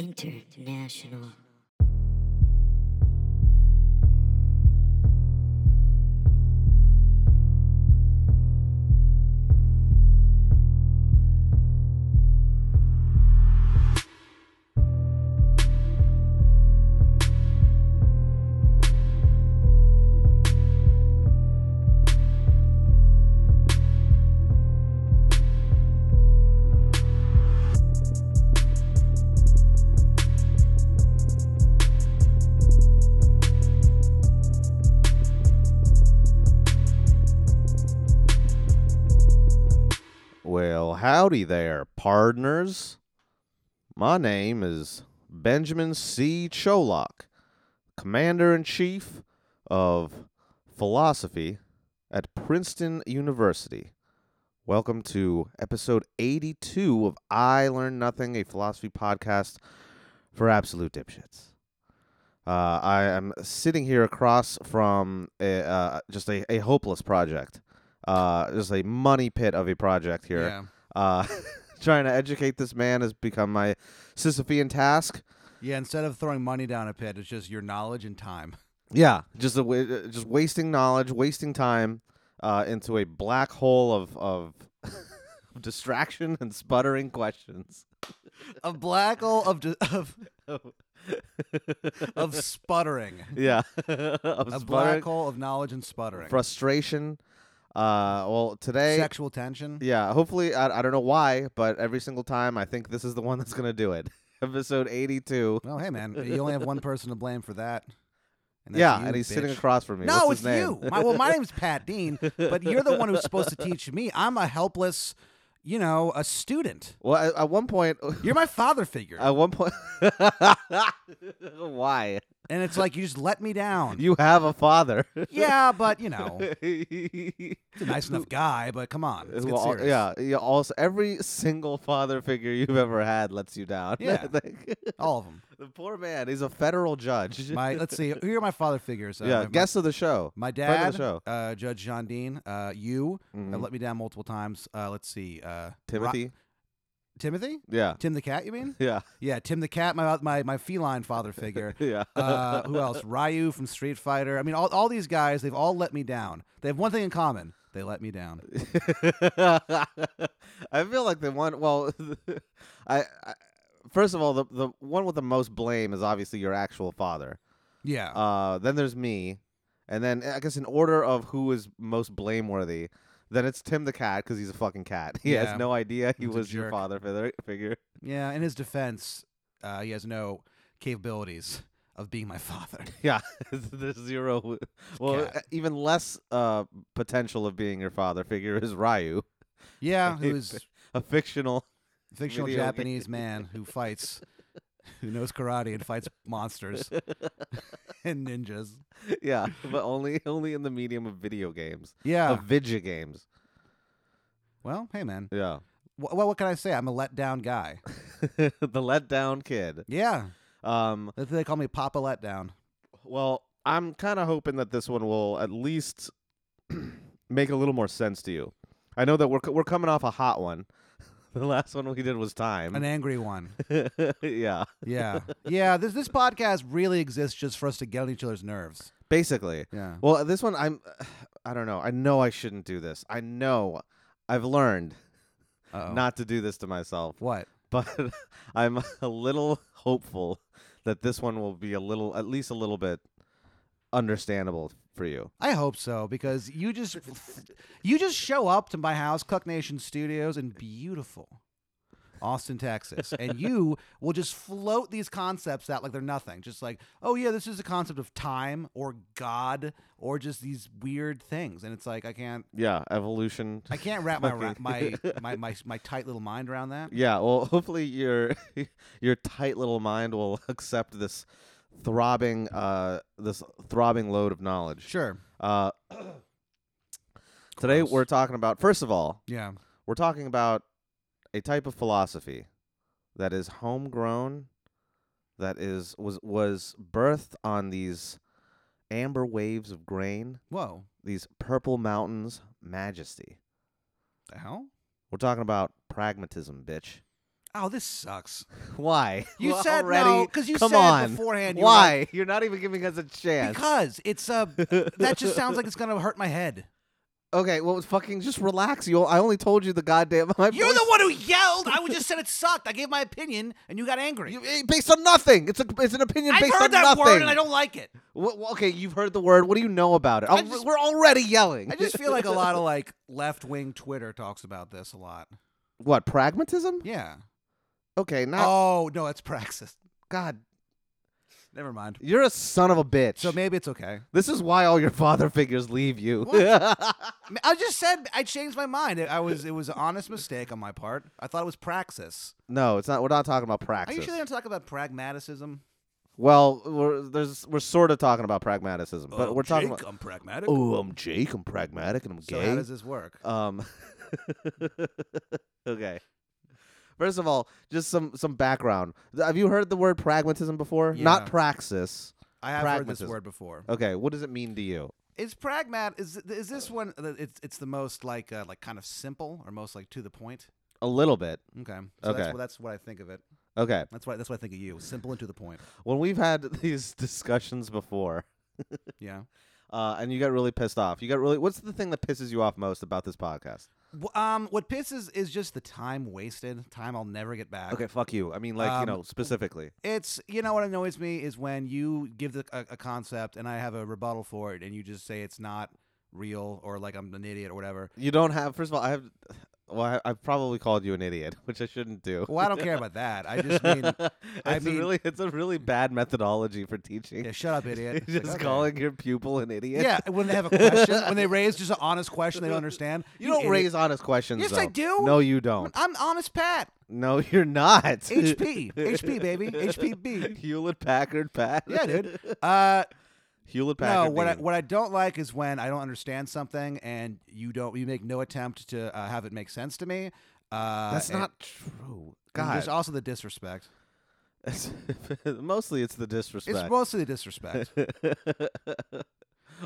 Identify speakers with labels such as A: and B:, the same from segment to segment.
A: International.
B: Well, howdy there, pardners. My name is Benjamin C. Cholock, Commander in Chief of Philosophy at Princeton University. Welcome to episode 82 of I Learn Nothing, a philosophy podcast for absolute dipshits. Uh, I am sitting here across from a, uh, just a, a hopeless project, uh, just a money pit of a project here
C: Yeah.
B: uh, trying to educate this man has become my Sisyphean task.
C: Yeah, instead of throwing money down a pit, it's just your knowledge and time.
B: Yeah, just a, wa- uh, just wasting knowledge, wasting time uh, into a black hole of of distraction and sputtering questions.
C: A black hole of di- of of sputtering.
B: Yeah, Of
C: A
B: sputtering,
C: black hole of knowledge and sputtering.
B: frustration. Uh, well, today.
C: Sexual tension.
B: yeah, hopefully, I, I don't know why, but every single time I think this is the one that's going to do it. Episode 82.
C: Well, hey man, you only have one person to blame for that. And that's
B: yeah,
C: you,
B: and he's sitting
C: bitch.
B: across from me.
C: No,
B: What's
C: it's
B: his name?
C: you. My, well, my name's Pat Dean, but you're the one who's supposed to teach me. I'm a helpless, you know, a student.
B: Well, at, at one point,
C: You're my father figure,
B: At one point, why?
C: and it's like you just let me down.
B: You have a father.
C: yeah, but you know,
B: It's
C: he's a nice enough guy. But come on, let's get serious.
B: yeah, you also every single father figure you've ever had lets you down.
C: Yeah.
B: Like,
C: all of them.
B: the poor man. He's a federal judge.
C: My let's see, who are my father figures? Uh,
B: yeah,
C: my, my-
B: guest of the show.
C: my
B: friend
C: dad,
B: of the show.
C: Uh, Judge John Dean. Uh, you uh,
B: Mhm.
C: let me down multiple times. Uh, let's see, uh, Ro-
B: Timothy.
C: Timothy,
B: yeah,
C: Tim the cat. You mean?
B: yeah,
C: Yeah, Tim the cat. My my my feline father figure.
B: yeah.
C: Uh, who else? Ryu from Street Fighter. I mean, all, all these guys, they've all let me down. They have one thing in common. They let me down.
B: I feel like the one. Well, I, I first of all, the the one with the most blame is obviously your actual father.
C: Yeah.
B: Uh, then there's me, and then I guess in order of who is most blameworthy, then it's Tim the cat because he's a fucking cat. He
C: Yeah.
B: has no idea he
C: He's a
B: was your
C: jerk.
B: father fi- figure.
C: yeah, in his defense, uh, he has no capabilities of being my father.
B: Yeah, there's zero. w- Well,
C: cat.
B: e- even less uh, potential of being your father figure is Ryu,
C: Yeah, who's
B: a fictional.
C: fictional
B: Video game.
C: Japanese man who fights, who knows karate and fights monsters and ninjas.
B: Yeah, but only only in the medium of video games,
C: Yeah.
B: of video games.
C: Well, hey man,
B: Yeah,
C: Wh- well, what can I say? I'm a let down guy.
B: the letdown kid.
C: Yeah,
B: Um,
C: That's why they call me Papa Letdown.
B: Well, I'm kind of hoping that this one will at least make a little more sense to you. I know that we're c- we're coming off a hot one. the last one we did was
C: An
B: time.
C: angry one.
B: yeah,
C: Yeah, yeah. This this podcast really exists just for us to get on each other's nerves.
B: basically.
C: Yeah.
B: Well, this one I'm I don't know. I know I shouldn't do this. I know I've learned
C: Uh-oh.
B: not to do this to myself,
C: what?
B: but I'm a little hopeful that this one will be a little at least a little bit understandable for you.
C: I hope so because you just you just show up to my house, Cluck Nation Studios, in beautiful Austin, Texas, and you will just float these concepts out like they're nothing. Just like, oh yeah, this is a concept of time or God or just these weird things, and it's like I can't
B: Yeah, evolution.
C: I can't wrap my ra-
B: Fucking-
C: my, my my my tight little mind around that.
B: Yeah, well, hopefully your your tight little mind will accept this throbbing uh this throbbing load of knowledge.
C: Sure.
B: Uh Today
C: Gross.
B: we're talking about first of all,
C: Yeah.
B: we're talking about a type of philosophy that is homegrown that is was was birthed on these amber waves of grain,
C: Whoa.
B: these purple mountains majesty.
C: The hell?
B: We're talking about pragmatism, bitch.
C: Oh, this sucks.
B: Why?
C: You
B: Well,
C: said
B: already?
C: no, 'cause you
B: Come
C: said
B: on.
C: beforehand you were
B: Why? You're not even giving us a chance.
C: Because it's uh that just sounds like it's gonna hurt my head.
B: okay, well, fucking just relax. You. I only told you the goddamn. My
C: You're
B: voice-
C: the one who yelled. I just said it sucked. I gave my opinion, and you got angry.
B: You- eh, based on nothing. It's a. It's an opinion
C: I've
B: based
C: heard
B: on
C: that
B: nothing.
C: word, and I don't like it.
B: Wha- wha- okay, you've heard the word. What do you know about it? Al-
C: just-
B: we're already yelling.
C: I just feel like a lot of like left wing Twitter talks about this a lot.
B: what pragmatism?
C: Yeah.
B: Okay, not
C: Oh no, that's praxis.
B: God.
C: Never mind.
B: You're a son of a bitch.
C: So maybe it's okay.
B: this is why all your father figures leave you.
C: M- I just said I changed my mind. It- I was it was an honest mistake on my part. I thought it was praxis.
B: no, it's not. We're not talking about
C: Are
B: praxis.
C: you sure they don't talk about pragmaticism?
B: Well, we're, there's we're sort of talking about pragmatism,
C: Oh,
B: but we're talking about.
C: I'm pragmatic.
B: Oh, I'm Jake. I'm pragmatic and I'm
C: so
B: gay.
C: how does this work?
B: um. okay. First of all, just some some background. Th- Have you heard the word pragmatism before? Not
C: Yeah.
B: praxis.
C: I have heard
B: pragmatism.
C: this word before.
B: Okay, what does it mean to you?
C: Is pragmat is th- is this one? th- It's it's the most like uh, like kind of simple or most like to the point.
B: A little bit.
C: Okay. So
B: Okay.
C: That's, what- that's what I think of it.
B: Okay.
C: That's what that's what I think of you. Simple and to the point.
B: When we've had these discussions before,
C: Yeah.
B: uh, and you got really pissed off. You got really. What's the thing that pisses you off most about this podcast?
C: W- Um, what pisses is just the time wasted. Time I'll never get back.
B: Okay, fuck you. I mean, like you
C: Um,
B: know, specifically.
C: It's you know what annoys me is when you give the, a, a concept and I have a rebuttal for it, and you just say it's not real or like I'm an idiot or whatever.
B: You don't have. First of all, I have. Well, I, I've probably called you an idiot, which I shouldn't do.
C: Well, I don't care about that. I just mean, I
B: it's
C: mean-
B: a really, it's a really bad methodology for teaching.
C: yeah, shut up, idiot. It's like,
B: Just
C: okay.
B: calling your pupil an idiot.
C: Yeah, when they have a question, when they raise just an honest question they don't understand.
B: You don't
C: idiot.
B: raise honest questions.
C: Yes, I
B: though.
C: do.
B: No, you don't.
C: I'm honest, Pat.
B: No, you're not.
C: HP, HP, baby, HPB.
B: Hewlett Packard Pat.
C: Yeah, dude. Uh,
B: Hewlett Packard.
C: no, what I,
B: Dean.
C: what I don't like is when I don't understand something and you don't you make no attempt to uh, have it make sense to me. Uh,
B: That's
C: and-
B: not true.
C: and There's
B: God.
C: also the disrespect.
B: Mostly, it's the disrespect.
C: It's mostly the disrespect.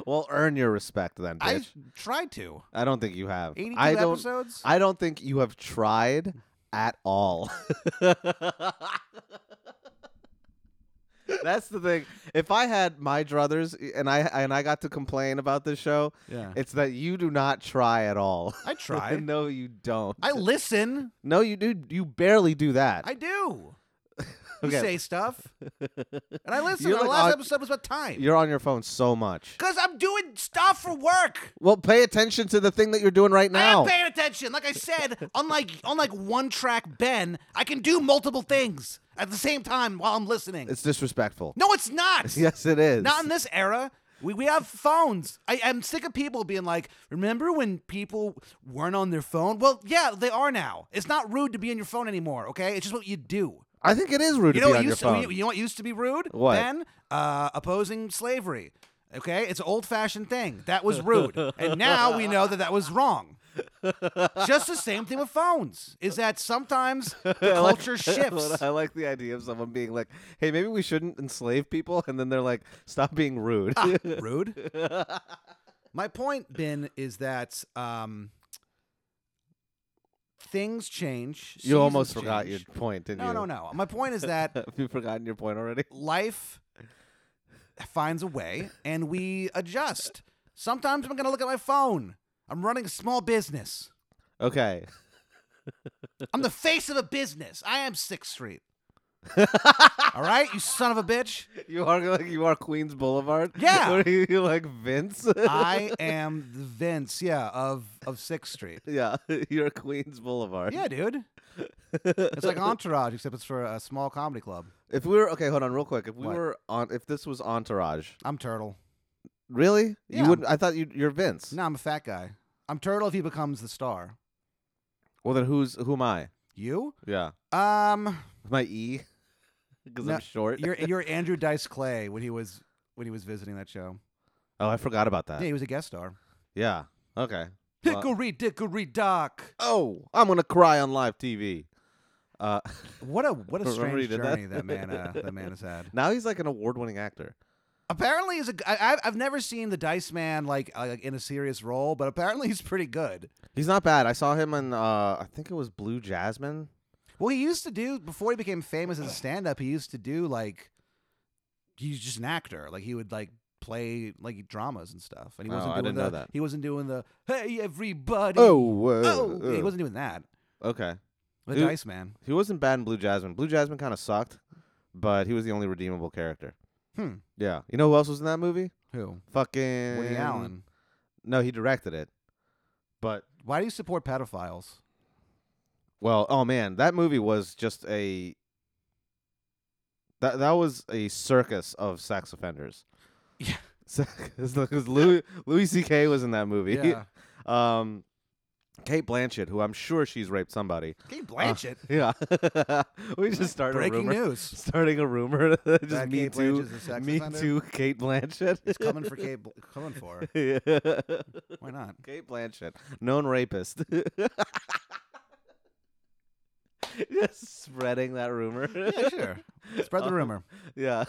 B: well, earn your respect then,
C: I
B: bitch.
C: tried to.
B: I, don't think you have.
C: 82
B: I don't.
C: episodes?
B: I don't think you have tried at all. That's the thing. If I had my druthers and I and I got to complain about this show,
C: yeah.
B: it's that you do not try at all.
C: I Uh-huh. try.
B: no, you don't.
C: I listen.
B: no, you do. You barely do that.
C: I do. You
B: Okay.
C: say stuff. And I listen.
B: You're
C: Our
B: like
C: last
B: on-
C: episode was about time.
B: You're on your phone so much.
C: Because I'm doing stuff for work.
B: Well, pay attention to the thing that you're doing right now.
C: I am paying attention. Like I said, unlike unlike one track Ben, I can do multiple things at the same time while I'm listening.
B: it's disrespectful.
C: no, it's not.
B: Yes, it is.
C: Not in this era. We, we have phones. I, I'm sick of people being like, remember when people weren't on their phone? Well, yeah, they are now. It's not rude to be on your phone anymore, okay? It's just what you do.
B: I think it is rude to
C: You know
B: be
C: what
B: on your
C: used
B: phone.
C: To, you know what used to be rude?
B: What?
C: Then uh, opposing slavery. Okay, it's an old-fashioned thing. That was rude, and now we know that that was wrong. Just the same thing with phones. Is that sometimes the culture shifts?
B: I like the idea of someone being like, "Hey, maybe we shouldn't enslave people," and then they're like, "Stop being rude."
C: Ah, rude. My point, Ben, is that um, things change.
B: you almost
C: seasons
B: forgot your
C: change.
B: point, didn't
C: No,
B: you?
C: no, no. My point is that
B: Have you forgotten your point already?
C: life finds a way and we adjust. Sometimes I'm going to look at my phone. I'm running a small business.
B: Okay.
C: I'm the face of a business. I am Sixth Street. All right, you son of a bitch.
B: You are like you are Queens Boulevard.
C: Yeah. Ah.
B: Or you you like Vince?
C: I am the Vince, yeah, of of Sixth Street.
B: yeah, you're Queens Boulevard.
C: Yeah, dude. It's like Entourage, except it's for a small comedy club.
B: If we were okay, hold on, real quick. If we
C: What?
B: were on, if this was Entourage,
C: I'm Turtle.
B: really, you
C: Yeah, I'm-
B: wouldn't. I thought you, you're Vince.
C: No, I'm a fat guy. I'm Turtle if he becomes the star.
B: Well, then who's who am I?
C: You?
B: Yeah.
C: Um,
B: My E, because
C: No,
B: I'm short.
C: you're you're Andrew Dice Clay when he was when he was visiting that show.
B: Oh, I forgot about that.
C: Yeah, he was a guest star.
B: Yeah. Okay. Well-
C: Hickory dickory dock.
B: Oh, I'm gonna cry on live TV. Uh,
C: What a what a
B: Remember he
C: strange
B: did that?
C: journey that, man uh, that man has had.
B: now he's like an award-winning actor.
C: Apparently, he's a g- I, I've- I've never seen the Dice Man like uh, like in a serious role, but apparently he's pretty good.
B: He's not bad. I saw him in uh, I think it was Blue Jasmine.
C: Well, he used to do before he became famous as a stand-up. He used to do like he's just an actor. Like he would like play like dramas and stuff. And he
B: Oh,
C: wasn't
B: I
C: doing
B: didn't
C: the,
B: know that.
C: He wasn't doing the hey everybody.
B: Oh, whoa,
C: oh.
B: uh,
C: He wasn't doing that.
B: okay.
C: The
B: Who-
C: Dice Man.
B: He wasn't bad in Blue Jasmine. Blue Jasmine kind of sucked, but he was the only redeemable character.
C: Hmm.
B: Yeah. You know who else was in that movie?
C: Who?
B: Fucking
C: Woody Allen.
B: No, he directed it. But
C: Why do you support pedophiles?
B: well, oh man, that movie was just a that that was a circus of sex offenders.
C: Yeah.
B: Because Louis Louis C.K. was in that movie.
C: Yeah.
B: Um, Kate Blanchett, who I'm sure she's raped somebody.
C: Kate Blanchett.
B: Yeah. we just started a
C: Breaking
B: rumor.
C: news.
B: starting a rumor that just
C: That
B: me
C: Kate
B: too,
C: Blanchett's a sex
B: me
C: offender?
B: too, Kate Blanchett.
C: It's coming for Kate. Bl- coming for her. Why not?
B: Kate Blanchett, known rapist. just spreading that rumor.
C: Yeah, sure. Spread the
B: Um,
C: rumor.
B: yeah.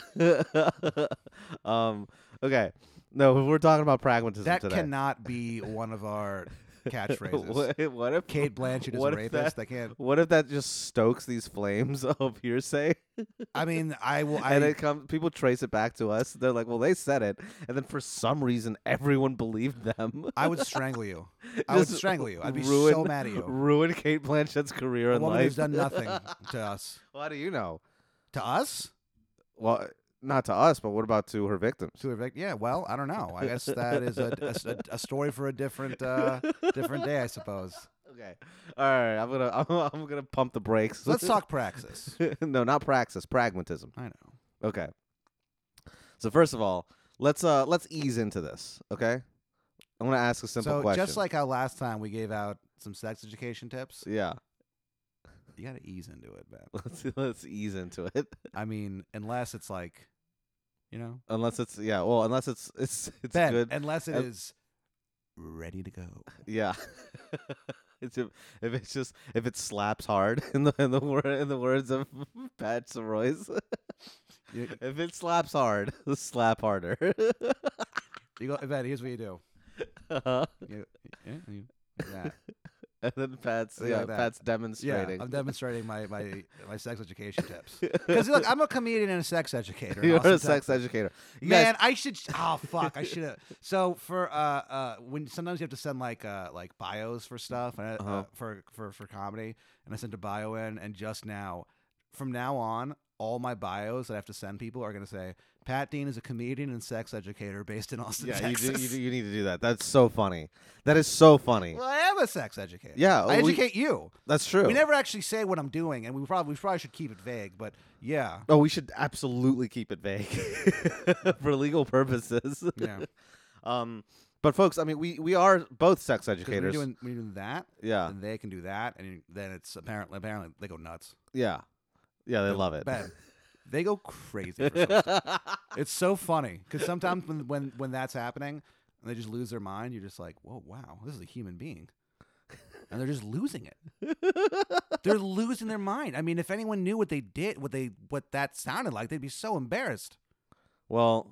B: um. Okay. No, we're talking about pragmatism
C: That
B: today.
C: cannot be one of our catchphrases.
B: what, what if
C: Kate Blanchett is
B: What
C: a
B: if
C: rapist.
B: that-
C: I can't.
B: What if that just stokes these flames of hearsay,
C: I mean, I will. I,
B: and it comes? People trace it back to us. They're like, "Well, they said it," and then for some reason, everyone believed them.
C: I would strangle you. I would
B: Just
C: strangle you. I'd be
B: ruin-
C: so mad at you.
B: Ruin Kate Blanchett's career
C: A
B: in
C: woman
B: life.
C: who's done nothing to us.
B: How do you know?
C: To us?
B: Well, not to us, but what about to her victims?
C: To the vic- yeah. Well, I don't know. I guess that is a, a, a story for a different uh, different day, I suppose.
B: Okay. All right. I'm gonna I'm, I'm gonna pump the brakes.
C: So let's talk praxis.
B: no, not praxis, pragmatism.
C: I know.
B: Okay. So first of all, let's uh let's ease into this. Okay. I'm gonna ask a simple
C: so
B: question.
C: just like how last time we gave out some sex education tips,
B: yeah,
C: you got to ease into it, man.
B: let's let's ease into it.
C: I mean, unless it's like, you know,
B: Unless it's yeah, well, unless it's it's it's
C: Ben,
B: good.
C: unless it
B: Uh,
C: is ready to go.
B: Yeah. it's if, if it's just if it slaps hard in the in the word in the words of Pat Soroy's.
C: You,
B: if it slaps hard, slap harder.
C: you go, Ben. Here's what you do.
B: Uh-huh.
C: You, yeah, you, yeah.
B: and then Pat's
C: Like
B: yeah,
C: that.
B: Pat's
C: Yeah,
B: demonstrating.
C: I'm demonstrating my, my, my sex education tips. Because look, I'm a comedian and a sex educator. in
B: You're
C: Austin,
B: a sex
C: Texas.
B: educator. You guys-
C: Man, I should. Oh fuck, I should have. So for uh, uh, when sometimes you have to send like uh, like bios for stuff and uh,
B: Uh-huh.
C: for for for comedy, and I sent a bio in, and just now, from now on, all my bios that I have to send people are gonna say Pat Dean is a comedian and sex educator based in Austin,
B: yeah, you
C: Texas.
B: do, you do, you need to do that. That's so funny. That is so funny.
C: Well, I am a sex educator.
B: Yeah,
C: I
B: we-
C: educate you.
B: That's true.
C: We never actually say what I'm doing, and we probably we probably should keep it vague. But yeah,
B: oh, we should absolutely keep it vague for legal purposes.
C: yeah, 'Cause
B: Um, but folks, I mean, we we are both sex
C: when you're
B: educators.
C: doing when you're doing that,
B: yeah,
C: then they can do that, and then it's apparently apparently they go nuts.
B: yeah, yeah. They love it.
C: Ben, they go crazy. For some stuff. it's so funny because sometimes when, when when that's happening and they just lose their mind, you're just like, whoa, wow, this is a human being. And they're just losing it. they're losing their mind. I mean, if anyone knew what they did, what they what that sounded like, they'd be so embarrassed.
B: well,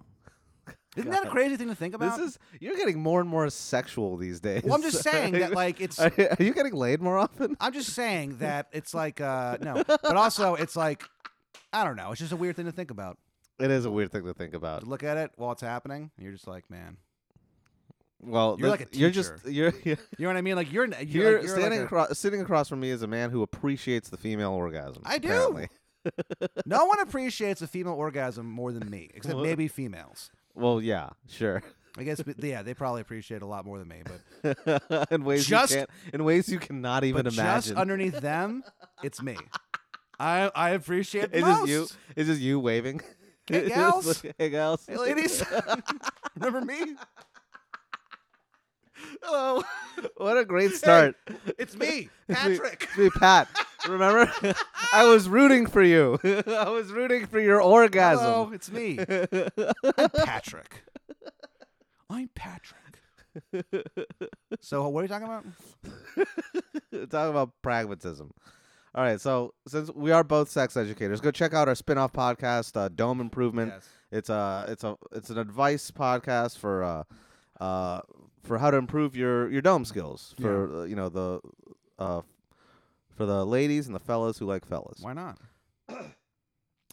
C: Isn't that a
B: God.
C: crazy thing to think about?
B: This is you're getting more and more sexual these days.
C: well, I'm just saying that like it's
B: Are, are you getting laid more often?
C: I'm just saying that it's like uh no, but also it's like I don't know. It's just a weird thing to think about.
B: It is a weird thing to think
C: To
B: about.
C: look at it while it's happening, and you're just like, man,
B: Well,
C: You're
B: that-
C: like a
B: you're just
C: teacher.
B: you're you're,
C: You know what I mean? Like you're n- you're,
B: you're
C: like- you're like
B: standing
C: a-
B: across sitting across from me is a man who appreciates the female orgasm.
C: I do.
B: apparently.
C: no one appreciates a female orgasm more than me, except
B: Well-
C: maybe females.
B: Well, yeah, sure.
C: I guess but yeah, they probably appreciate a lot more than me, but
B: in ways
C: Just-
B: you can't, in ways you cannot even
C: but just
B: imagine.
C: underneath them, it's me. I I appreciate
B: it's
C: most.
B: just you. It's just you waving.
C: Hey,
B: Just
C: gals.
B: like, hey gals.
C: Hey, ladies, remember me? Hello,
B: What a great start.
C: it's me,
B: It's me-
C: Patrick.
B: it's me, Pat. Remember, I was rooting for you. I was rooting for your orgasm.
C: Hello, it's me. I'm Patrick. I'm Patrick. So what are you talking about?
B: Talk about pragmatism. All right, so since we are both sex educators, go check out our spin-off podcast, uh, Dome Improvement. It's a it's a it's an advice podcast for uh, uh, for how to improve your your dome skills for uh, you know the uh, for the ladies and the fellas who like fellas.
C: Why not?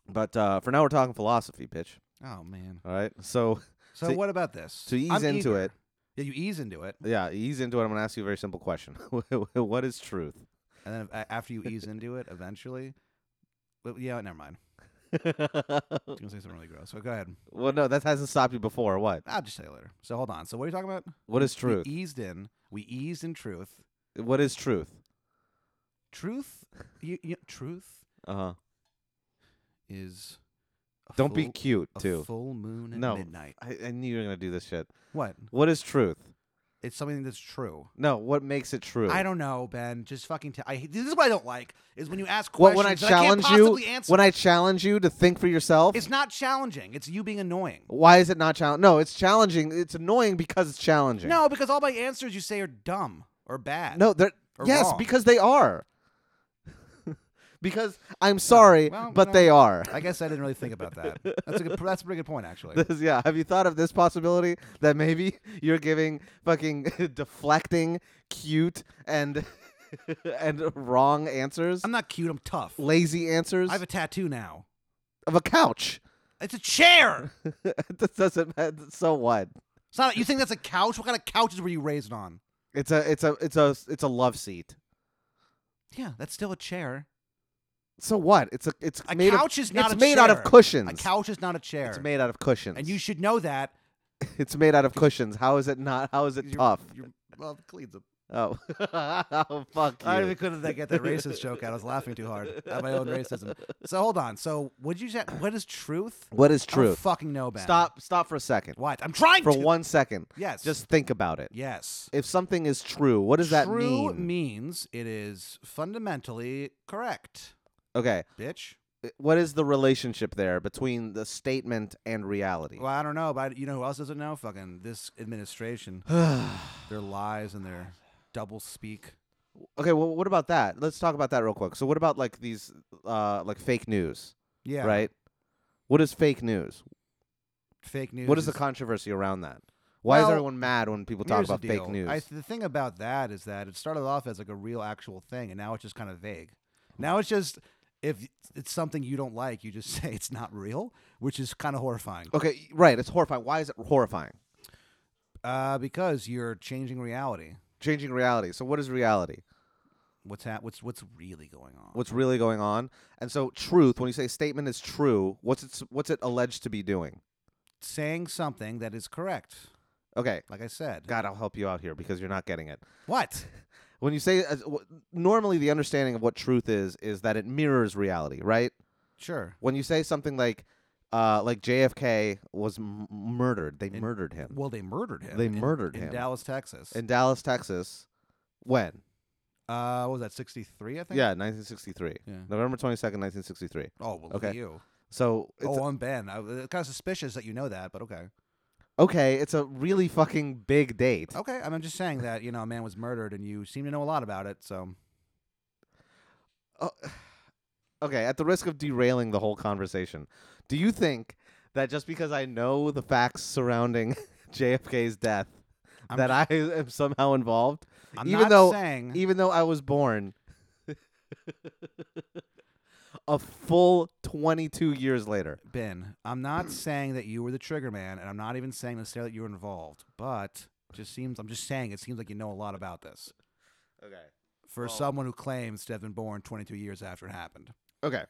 B: But uh, for now, we're talking philosophy, bitch.
C: Oh man.
B: All right. So
C: So
B: To-
C: what about this?
B: to ease
C: I'm
B: into
C: eager.
B: it,
C: Yeah, you ease into it,
B: yeah, ease into it. I'm going to ask you a very simple question. what is truth?
C: and then a- after you ease into it, eventually. But yeah, never mind.
B: Uh.
C: I was gonna say something really gross. So go ahead.
B: well, no, that hasn't stopped you before. What?
C: I'll just tell you later. So hold on. So what are you talking about?
B: What is
C: We
B: truth?
C: eased in. We eased in truth.
B: What is truth?
C: Truth. You, you truth
B: Uh huh.
C: is. a
B: Don't be
C: full-
B: cute,
C: a
B: too.
C: full moon at
B: No.
C: midnight.
B: I, I knew you were going to do this shit.
C: What?
B: What is truth?
C: It's something that's true.
B: No, what makes it true?
C: I don't know, Ben. Just fucking. T- I hate- this is what I don't like is when you ask
B: Well,
C: questions
B: when I
C: that
B: challenge
C: I can't
B: you,
C: possibly answer.
B: when I challenge you to think for yourself,
C: it's not challenging. It's you being annoying.
B: why is it not challenging? No, it's challenging. It's annoying because it's challenging.
C: No, because all my answers you say are dumb or bad.
B: no, they're
C: Or
B: yes,
C: wrong.
B: because they are. because I'm sorry,
C: well, you
B: but
C: know.
B: they are.
C: I guess I didn't really think about that. That's a good. That's a pretty good point, actually.
B: This, yeah, have you thought of this possibility that maybe you're giving fucking deflecting, cute, and and wrong answers,
C: I'm not cute. I'm tough.
B: lazy answers
C: I have a tattoo now.
B: of a couch?
C: It's a chair.
B: This doesn't matter. So what?
C: It's not. You think that's a couch? What kind of couches were you raised on?
B: It's a it's a it's a it's a love seat.
C: Yeah, that's still a chair.
B: So what? It's a it's
C: A
B: made
C: couch
B: of,
C: is not
B: it's
C: a
B: made out of
C: chair.
B: cushions.
C: A couch is not a chair.
B: It's made out of cushions.
C: and you should know that.
B: it's made out of cushions. How is it not? How is it
C: You're-
B: tough?
C: You're, well, it cleans them.
B: Oh, oh fuck you.
C: I even couldn't th- get that racist joke out. I was laughing too hard at my own racism. So hold on. So would you say what is truth?
B: what is
C: I don't
B: truth?
C: fucking know, Ben.
B: Stop stop for a second.
C: What? I'm trying
B: For
C: to.
B: one second.
C: Yes.
B: Just think about it.
C: Yes.
B: If something is true, what does that
C: True
B: mean?
C: means it is fundamentally correct,
B: okay.
C: bitch.
B: What is the relationship there between the statement and reality?
C: Well, I don't know, but you know who else doesn't know? Fucking this administration. their lies and their double speak.
B: okay, well what about that? Let's talk about that real quick. So what about like these uh like fake news,
C: Yeah.
B: right? What is fake news?
C: Fake news.
B: What is the controversy around that? Why is
C: Well,
B: everyone mad when people talk
C: here's the
B: about fake
C: deal.
B: news?
C: I, the thing about that is that it started off as like a real actual thing, and now it's just kind of vague. Now it's just if it's something you don't like, you just say it's not real, which is kind of horrifying.
B: okay, right, it's horrifying. Why is it horrifying?
C: Uh, because you're changing reality.
B: Changing reality. So what is reality?
C: What's ha- what's what's really going on?
B: What's really going on? And so truth, when you say a statement is true, what's it what's it alleged to be doing?
C: saying something that is correct?
B: Okay,
C: Like I said.
B: God, I'll help you out here because you're not getting it.
C: What?
B: When you say as- w- normally the understanding of what truth is is that it mirrors reality, right?
C: Sure.
B: When you say something like uh, like JFK was m- murdered, they murdered him
C: Well, they murdered him.
B: They
C: in-
B: murdered
C: in
B: him.
C: Dallas, Texas.
B: in Dallas, Texas. When?
C: uh, what was that 63? I think.
B: Yeah, 1963.
C: Yeah.
B: November 22nd, 1963.
C: Oh well, look
B: Okay.
C: at you.
B: So it's
C: oh, I'm Ben. I, it's kind of suspicious that you know that, but okay.
B: okay, it's a really fucking big date.
C: Okay, I'm just saying that you know a man was murdered, and you seem to know a lot about it. So
B: Okay, at the risk of derailing the whole conversation, do you think that just because I know the facts surrounding JFK's death,
C: I'm
B: that I am somehow involved,
C: I'm
B: even
C: not
B: though e-,
C: saying
B: even though I was born a full twenty two years later?
C: Ben, I'm not saying that you were the trigger man, and I'm not even saying necessarily that you were involved. But it just seems I'm just saying it seems like you know a lot about this
B: Okay.
C: for
B: Well-
C: someone who claims to have been born 22 years after it happened.
B: Okay.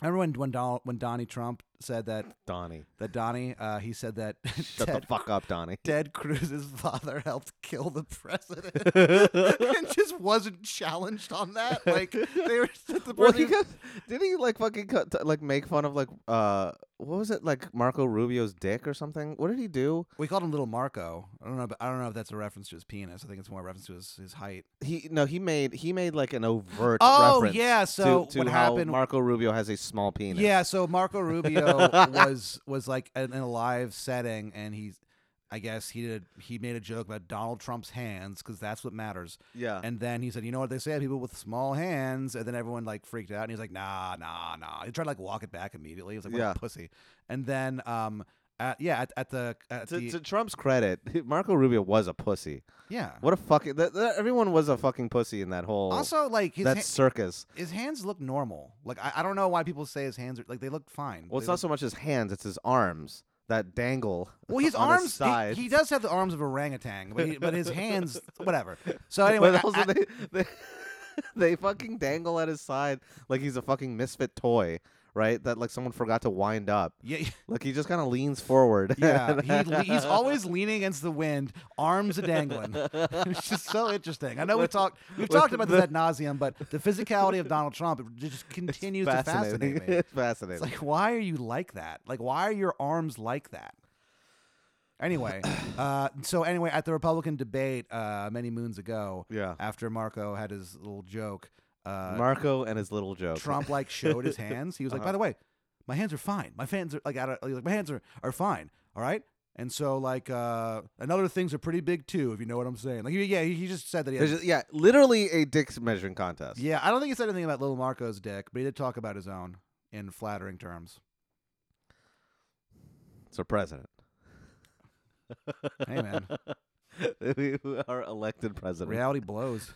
C: Remember when when, Don, when Donnie Trump said that
B: Donnie,
C: that Donnie uh, he said that
B: shut
C: Ted
B: the fuck up, Donnie.
C: Ted Cruz's father helped kill the president and
B: And
C: just wasn't challenged on that. Like they were the
B: Well, he got, did he like fucking cut, t- like make fun of like uh what was it like Marco Rubio's dick or something? What did he do?
C: we called him Little Marco. I don't know. But I don't know if that's a reference to his penis. I think it's more a reference to his, his height.
B: He no, he made he made like an overt
C: Oh,
B: reference
C: yeah, so
B: to, to
C: what
B: how
C: happened-
B: Marco Rubio has a small penis.
C: Yeah. So Marco Rubio was was like in in a live setting, and he's. I guess he did. He made a joke about Donald Trump's hands because that's what matters.
B: yeah.
C: And then he said, "You know what they say? People with small hands." And then everyone like freaked out, and he's like, "Nah, nah, nah." He tried to like walk it back immediately. He was like, "What
B: Yeah.
C: a pussy." And then um, At, yeah, at, at the at
B: To,
C: the
B: to Trump's credit, Marco Rubio was a pussy.
C: yeah.
B: What a fucking th- th- everyone was a fucking pussy in that whole
C: Also, like his
B: that
C: ha-
B: circus.
C: his hands look normal. Like I, I don't know why people say his hands are like they look fine.
B: Well,
C: They
B: it's not
C: look-
B: so much his hands; it's his arms that dangle.
C: well, his
B: on
C: arms.
B: His
C: he-
B: sides.
C: He, does have the arms of orangutan, but, he, but his hands, whatever. So anyway,
B: but
C: I-
B: also
C: I-
B: they, they they fucking dangle at his side like he's a fucking misfit toy, right? That like someone forgot to wind up.
C: yeah,
B: Like he just kind of leans forward.
C: yeah. He, le- he's always leaning against the wind, arms a dangling. it's just so interesting. I know we talked we've talked about this ad nauseum, but the physicality of Donald Trump it just continues to
B: fascinating.
C: fascinate me.
B: it's fascinating.
C: It's like, why are you like that? Like, why are your arms like that? Anyway, uh, so anyway, at the Republican debate uh, many moons ago,
B: yeah,
C: after Marco had his little joke, uh,
B: Marco and his little joke.
C: Trump like showed his hands. He was
B: Uh-huh.
C: like, by the way, my hands are fine. My fans are like, I don't, like my hands are, are fine. All right. And so like, uh, and other things are pretty big too, if you know what I'm saying. Like, he- yeah, he he just said that he.
B: There's
C: Had,
B: just- yeah, literally a dick measuring contest.
C: yeah, I don't think he said anything about little Marco's dick, but he did talk about his own in flattering terms.
B: It's our president.
C: Hey man,
B: Our elected president.
C: reality blows.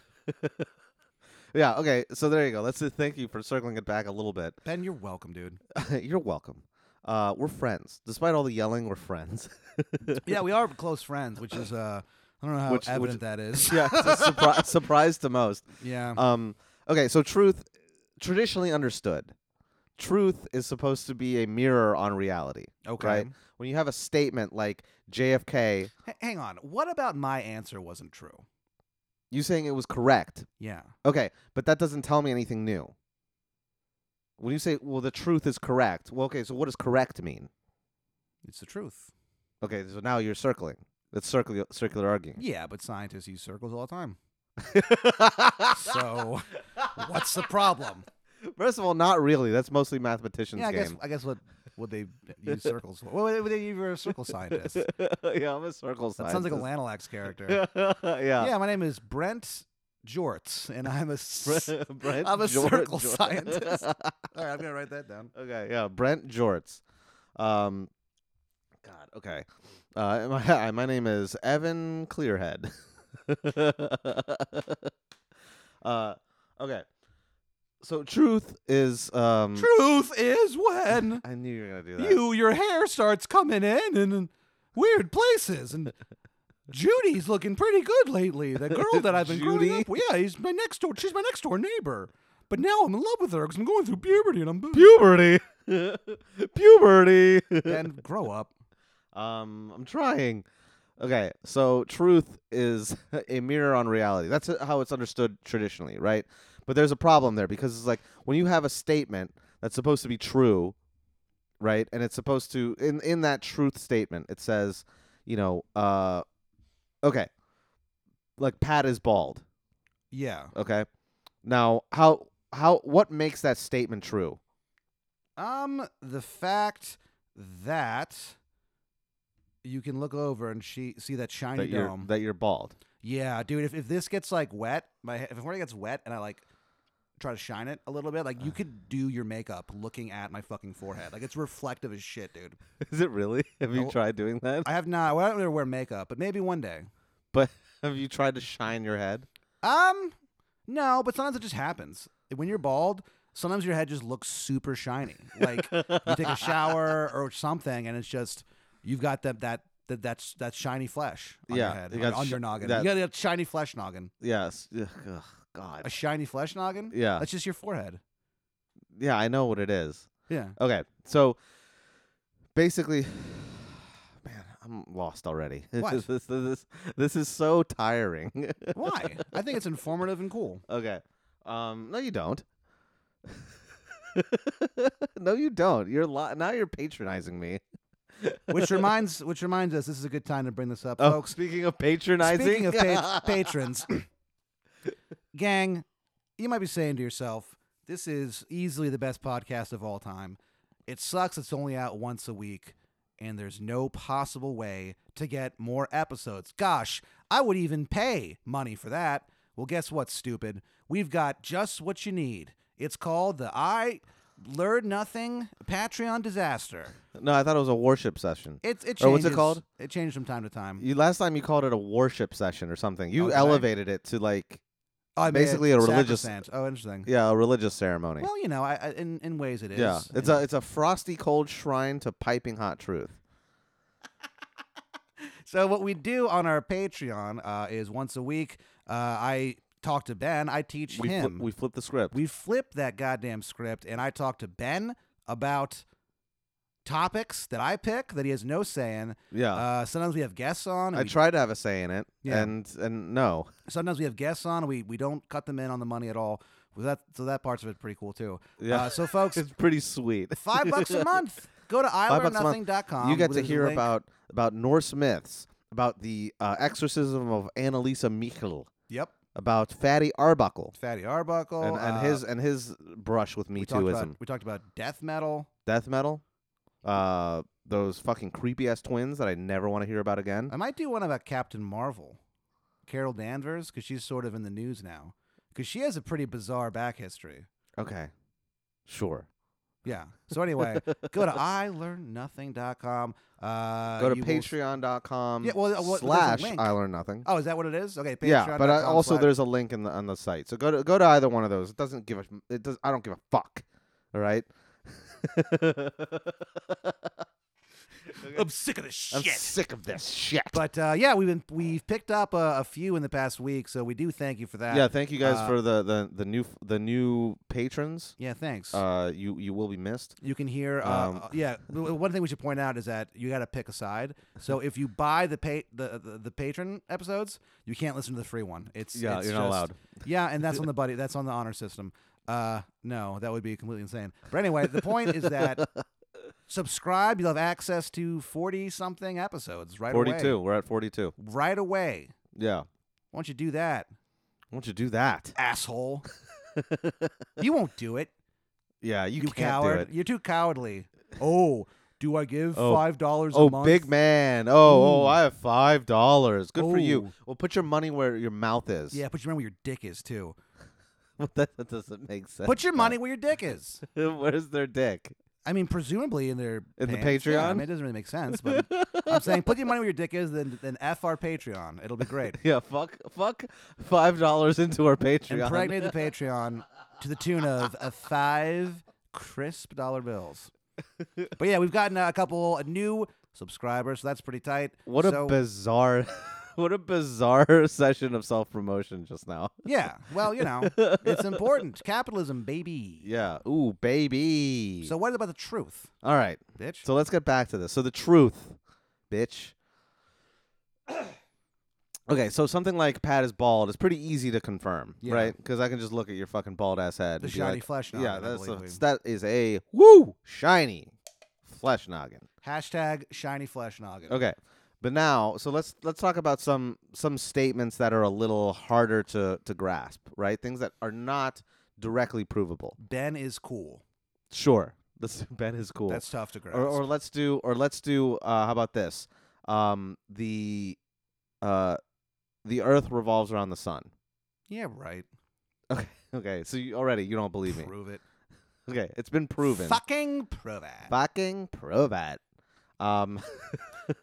B: Yeah. Okay. So there you go. Let's just thank you for circling it back a little bit.
C: Ben, you're welcome, dude.
B: You're welcome. Uh, we're friends. Despite all the yelling, we're friends.
C: yeah, we are close friends, which is uh, I don't know how
B: Which- which-
C: evident that is.
B: yeah. It's a surpri- surprise to most.
C: yeah,
B: Um, okay. So truth, traditionally understood, truth is supposed to be a mirror on reality.
C: okay.
B: Right. When you have a statement like JFK,
C: H- hang on. What about my answer wasn't true?
B: you saying it was correct.
C: Yeah.
B: Okay, but that doesn't tell me anything new. When you say, well, the truth is correct. Well, okay. So what does correct mean?
C: It's the truth.
B: Okay, so now you're circling. That's circular circular arguing.
C: Yeah, but scientists use circles all the time. So what's the problem?
B: First of all, not really. That's mostly mathematicians'
C: yeah, I guess
B: game.
C: I guess what would they use circles for? Well, they, you're a circle scientist. That
B: yeah, I'm a circle
C: sounds
B: scientist.
C: like a Lanolax character.
B: a yeah.
C: yeah, my name is Brent Jorts, and I'm a s-
B: Bre- Brent
C: I'm a
B: Jor-
C: circle
B: Jor-
C: scientist. all right, I'm gonna write that down.
B: okay, yeah, Brent Jorts. Um, God, okay. Uh, my, hi, my name is Evan Clearhead. uh, okay. So truth is um.
C: Truth is when.
B: I knew you were gonna do that.
C: you your hair starts coming in and in weird places and Judy's looking pretty good lately. The girl that I've been growing
B: Judy?
C: up with. Yeah, he's my next door. She's my next door neighbor. But now I'm in love with her because I'm going through puberty and I'm.
B: puberty puberty
C: Ben, grow up.
B: um i'm trying okay so truth is a mirror on reality that's how it's understood traditionally right but there's a problem there because it's like when you have a statement that's supposed to be true right and it's supposed to in in that truth statement it says you know uh okay like pat is bald
C: Yeah.
B: okay now how how what makes that statement true
C: Um, the fact that you can look over and she see that shiny
B: that you're
C: dome.
B: that you're bald
C: yeah, dude. If, if this gets like wet, my he- if my hair gets wet and I like try to shine it a little bit, like you could do your makeup looking at my fucking forehead. Like it's reflective as shit, dude.
B: Is it really? Have you
C: Oh.
B: tried doing that?
C: I have not. Well, I don't really wear makeup, but maybe one day.
B: But have you tried to shine your head?
C: Um, no, but sometimes it just happens. When you're bald, sometimes your head just looks super shiny. Like you take a shower or something, and it's just you've got that that that that's that shiny flesh on
B: Yeah,
C: your head,
B: you
C: on,
B: got
C: on
B: sh-
C: your noggin.
B: that-
C: you got that shiny flesh noggin.
B: Yes. Ugh, ugh, God.
C: A shiny flesh noggin.
B: Yeah.
C: that's just your forehead.
B: Yeah, I know what it is.
C: Yeah.
B: Okay, so basically, man, I'm lost already. This
C: What?
B: is- this, this, this is so tiring.
C: Why? I think it's informative and cool.
B: okay. Um. No, you don't. no, you don't. You're li- now you're patronizing me.
C: Which reminds which reminds us, this is a good time to bring this up,
B: Oh,
C: folks.
B: speaking of patronizing,
C: Speaking of pat- patrons, gang, you might be saying to yourself, this is easily the best podcast of all time. It sucks it's only out once a week, and there's no possible way to get more episodes. Gosh, I would even pay money for that. Well, guess what, stupid? We've got just what you need. It's called the I lured nothing. Patreon disaster.
B: No, I thought it was a worship session.
C: It's it. Changes,
B: Or what's it called?
C: It changes from time to time.
B: You last time you called it a worship session or something. You
C: Okay.
B: elevated it to like
C: Oh, I made it
B: basically a religious-
C: sacrosanct. Oh, interesting.
B: yeah, a religious ceremony.
C: Well, you know, I, I, in in ways it is.
B: yeah. It's
C: and
B: a it's a frosty cold shrine to piping hot truth.
C: So what we do on our Patreon uh, is once a week, uh, I talk to Ben. I teach
B: We flip,
C: him.
B: we flip the script.
C: we flip that goddamn script, and I talk to Ben about topics that I pick that he has no say in.
B: yeah.
C: Uh, sometimes we have guests on. And
B: I
C: we,
B: tried to have a say in it
C: Yeah. Uh,
B: and and no.
C: sometimes we have guests on. And we we don't cut them in on the money at all. Well, that so that part's of it pretty cool too.
B: Yeah.
C: Uh, so folks,
B: it's pretty sweet.
C: five bucks a month. Go to
B: bucks a month.
C: ilearnnothing.com.
B: you get to
C: Um, There's a
B: hear
C: link.
B: about about Norse myths, about the uh, exorcism of Annalisa Michel,
C: yep,
B: about Fatty Arbuckle
C: Fatty Arbuckle
B: and, and
C: uh,
B: his and his brush with Me
C: we talked,
B: Tooism.
C: about, we talked about death metal.
B: death metal,
C: Mm-hmm.
B: uh, those fucking creepy ass twins that I never want to hear about again.
C: I might do one about Captain Marvel, Carol Danvers, because she's sort of in the news now. Because she has a pretty bizarre back history.
B: Okay, sure.
C: Yeah. So anyway, go to ilearnnothing.com. Uh,
B: Go to
C: you will-
B: Patreon.com
C: Yeah, well, uh, well, there's a
B: slash
C: link.
B: I learn nothing.
C: Oh, is that what it is? Okay,
B: yeah, but I,
C: patreon.com
B: also
C: slash-
B: there's a link in the on the site. So go to go to either one of those. It doesn't give a it does I don't give a fuck. All right.
C: I'm sick of this
B: I'm
C: shit.
B: sick of this shit.
C: But uh, yeah, we've been we've picked up a, a few in the past week, so we do thank you for that.
B: yeah, thank you guys
C: uh,
B: for the, the the new the new patrons.
C: Yeah, thanks.
B: Uh, you you will be missed.
C: You can hear. Uh,
B: Um,
C: uh, yeah, w- w- one thing we should point out is that you got to pick a side. So if you buy the pay the, the the patron episodes, you can't listen to the free one. It's
B: Yeah,
C: it's
B: you're not
C: just-
B: allowed.
C: Yeah, and that's on the buddy. That's on the honor system. Uh, no, that would be completely insane. But anyway, the point is that subscribe. You'll have access to forty something episodes right away.
B: 42. We're at 42.
C: Right away.
B: Yeah.
C: Why don't you do that,
B: Why don't you do that?
C: asshole? you won't do it.
B: Yeah, you,
C: you
B: can't
C: coward.
B: do it.
C: You're too cowardly. Oh, do I give
B: Oh.
C: five dollars
B: Oh,
C: a month?
B: big man. Oh, oh,
C: Ooh.
B: I have five dollars. Good for
C: Ooh.
B: you. Well, put your money where your mouth is.
C: Yeah, but you remember where your dick is too.
B: that, that doesn't make sense.
C: Put your money where your dick is.
B: Where's their dick?
C: I mean, presumably in their
B: In the
C: pants.
B: Patreon?
C: Yeah, I mean, it doesn't really make sense, but I'm saying put your money where your dick is, then then f our Patreon. It'll be great.
B: Yeah, fuck, fuck, five dollars into our Patreon.
C: Impregnate the Patreon to the tune of a five crisp dollar bills. But yeah, we've gotten a couple new subscribers, so that's pretty tight.
B: what
C: So-
B: a bizarre, what a bizarre session of self promotion just now.
C: yeah. Well, you know, it's important. Capitalism, baby.
B: Yeah. Ooh, baby.
C: So what about the truth,
B: all right.
C: bitch?
B: So let's get back to this. So the truth, bitch. Okay, so something like Pat is bald is pretty easy to confirm,
C: Yeah.
B: right? Because I can just look at your fucking bald ass head.
C: the
B: and be
C: shiny
B: like,
C: flesh noggin.
B: Yeah,
C: I
B: that's
C: believe
B: a,
C: we-
B: that is a woo shiny flesh noggin.
C: Hashtag shiny flesh noggin.
B: Okay, but now, so let's let's talk about some some statements that are a little harder to to grasp, right? Things that are not directly provable.
C: Ben is cool.
B: Sure, this Ben is cool.
C: That's tough to grasp.
B: or, or let's do or let's do uh, how about this um the uh the earth revolves around the sun
C: yeah, right.
B: okay okay so you already you don't believe me
C: Prove it.
B: okay it's been proven
C: Fucking prove it.
B: fucking prove it um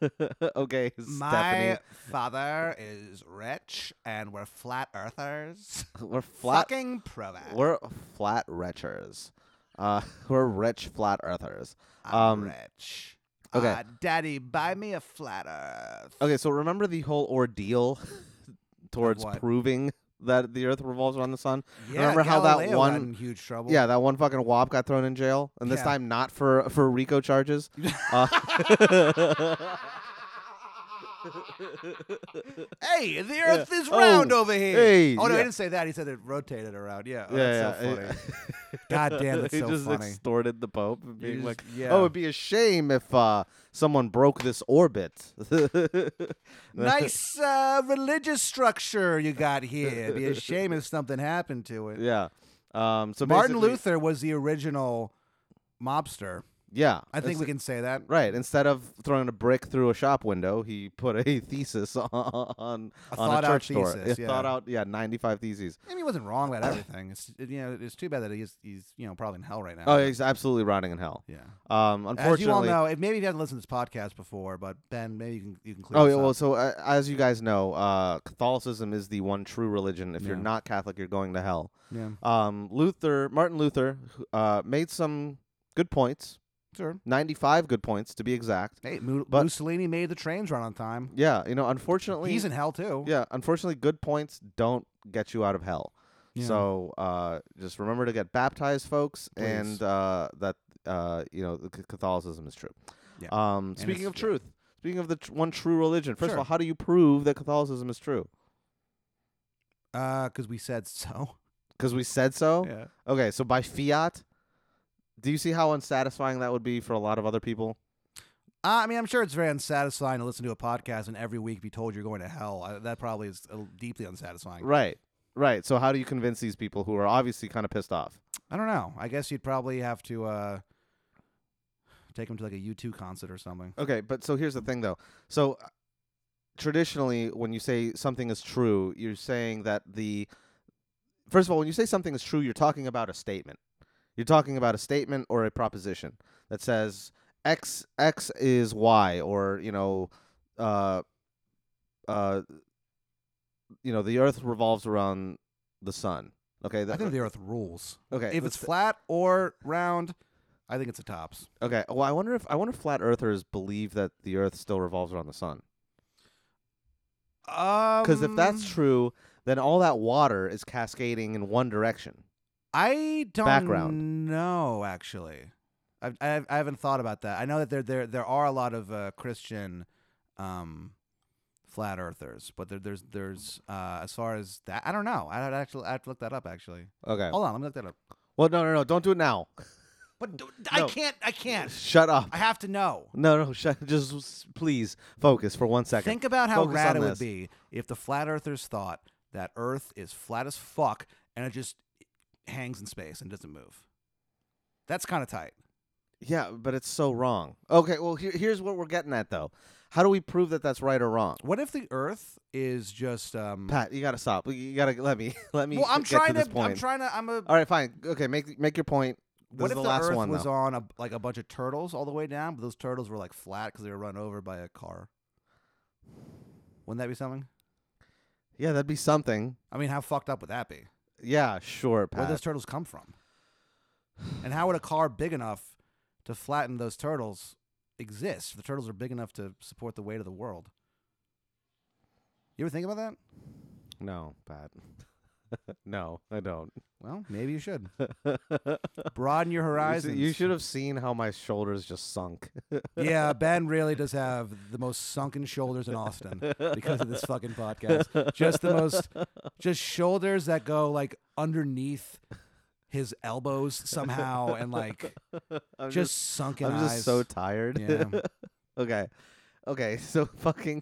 B: okay
C: My
B: stephanie
C: father is rich, and we're flat earthers.
B: we're flat
C: Fucking prove it.
B: we're flat retchers uh we're rich flat earthers
C: I'm
B: um,
C: rich.
B: okay.
C: Uh, Daddy, buy me a flat earth.
B: okay so remember the whole ordeal towards
C: what?
B: proving that the earth revolves around the sun
C: Yeah,
B: remember how that
C: Galileo got
B: one-
C: in huge trouble?
B: Yeah, that one fucking wop got thrown in jail, and this
C: Yeah.
B: time not for for RICO charges. Uh,
C: Hey, the earth is
B: Oh,
C: round over here.
B: hey,
C: oh no, he
B: yeah.
C: didn't say that. He said it rotated around. Yeah. Oh,
B: yeah, yeah,
C: that's so funny.
B: yeah.
C: God damn, that's
B: he
C: so
B: just
C: funny.
B: extorted the Pope, and being
C: just-
B: like,
C: yeah.
B: "Oh, it'd be a shame if uh, someone broke this orbit."
C: nice uh, religious structure you got here. It'd be a shame if something happened to it.
B: yeah. Um, so
C: Martin
B: basically-
C: Luther was the original mobster.
B: Yeah.
C: I think
B: it's-
C: we can say that.
B: Right. Instead of throwing a brick through a shop window, he put a thesis on on a,
C: thought-out
B: church door.
C: thesis,
B: A
C: yeah.
B: Thought out. Yeah, ninety five theses.
C: I mean, he wasn't wrong about everything. It's it- you know, it's too bad that he's he's you know probably in hell right now.
B: Oh, he's absolutely rotting in hell.
C: yeah.
B: Um,
C: As
B: unfortunately.
C: you all know, if maybe you haven't listened to this podcast before, but Ben, maybe you can you can clear.
B: Oh
C: this
B: yeah, well,
C: up.
B: so uh, as you guys know, uh, Catholicism is the one true religion. If you're
C: Yeah.
B: not Catholic, you're going to hell.
C: yeah,
B: Um, Luther, Martin Luther, who- uh, made some good points,
C: sure.
B: 95 good points to be exact.
C: Hey, Mu-
B: But-
C: Mussolini made the trains run on time.
B: Yeah, you know, unfortunately,
C: He's in hell too.
B: yeah, unfortunately, good points don't get you out of hell.
C: Yeah.
B: So uh, just remember to get baptized, folks,
C: Please.
B: and uh, that uh, you know the c- Catholicism is true.
C: Yeah.
B: Um, speaking
C: it's-
B: of
C: yeah.
B: truth, speaking of the tr- one true religion, first
C: Sure.
B: of all, how do you prove that Catholicism is true?
C: because Uh, we said so.
B: Because we said so.
C: Yeah.
B: Okay, so by fiat, do you see how unsatisfying that would be for a lot of other people?
C: Uh, I mean, I'm sure it's very unsatisfying to listen to a podcast and every week be told you're going to hell. I, that probably is uh, deeply unsatisfying.
B: Right. Right. So how do you convince these people who are obviously kind of pissed off?
C: I don't know. I guess you'd probably have to uh, take him to like a U2 concert or something.
B: Okay, but so here's the thing though. So uh, traditionally when you say something is true, you're saying that the First of all, when you say something is true, you're talking about a statement. You're talking about a statement or a proposition that says x x is y or, you know, uh uh you know, the earth revolves around the sun. Okay,
C: I
B: that,
C: think the Earth rules.
B: okay.
C: if
B: let's-
C: it's flat or round, I think it's a tops.
B: Okay. Well, I wonder if I wonder if flat earthers believe that the Earth still revolves around the sun. Because
C: Because
B: if that's true, then all that water is cascading in one direction.
C: I don't
B: Background.
C: know actually. I've, I've, I haven't thought about that. I know that there there there are a lot of uh, Christian um, flat earthers, but there, there's there's uh, as far as that I don't know. I would actually I have to look that up actually.
B: Okay.
C: Hold on, let me look that up.
B: Well, no, no, no. Don't do it now.
C: But d- I
B: No.
C: can't I can't.
B: Shut up.
C: I have to know.
B: No, no. Shut. Just s- please focus for one second.
C: Think about how
B: Focus
C: rad it
B: on
C: would
B: this.
C: be if the flat earthers thought that Earth is flat as fuck and it just hangs in space and doesn't move. That's kind of tight.
B: yeah, but it's so wrong. Okay. Well, here, here's what we're getting at though. How do we prove that that's right or wrong?
C: What if the Earth is just? Um,
B: Pat, you gotta stop. You gotta let me let me.
C: well, I'm
B: get
C: trying
B: to.
C: to.
B: This point.
C: I'm trying to. I'm a.
B: All right, fine. Okay, make make your point. This
C: what
B: is
C: if
B: the
C: the,
B: last
C: Earth
B: one
C: was
B: though.
C: on a, like a bunch of turtles all the way down, but those turtles were like flat because they were run over by a car? Wouldn't that be something?
B: Yeah, that'd be something.
C: I mean, how fucked up would that be?
B: Yeah, sure,
C: Where
B: Pat.
C: would those turtles come from? And how would a car big enough to flatten those turtles exist? The turtles are big enough to support the weight of the world. You ever think about that?
B: No, Pat. no, I don't.
C: Well, maybe you should broaden your
B: You,
C: horizons.
B: should, you should have seen how my shoulders just sunk.
C: yeah, Ben really does have the most sunken shoulders in Austin because of this fucking podcast. Just the most, just shoulders that go like underneath his elbows somehow, and like
B: I'm
C: just, sunken
B: I'm
C: eyes.
B: just so tired.
C: yeah.
B: okay. Okay, so fucking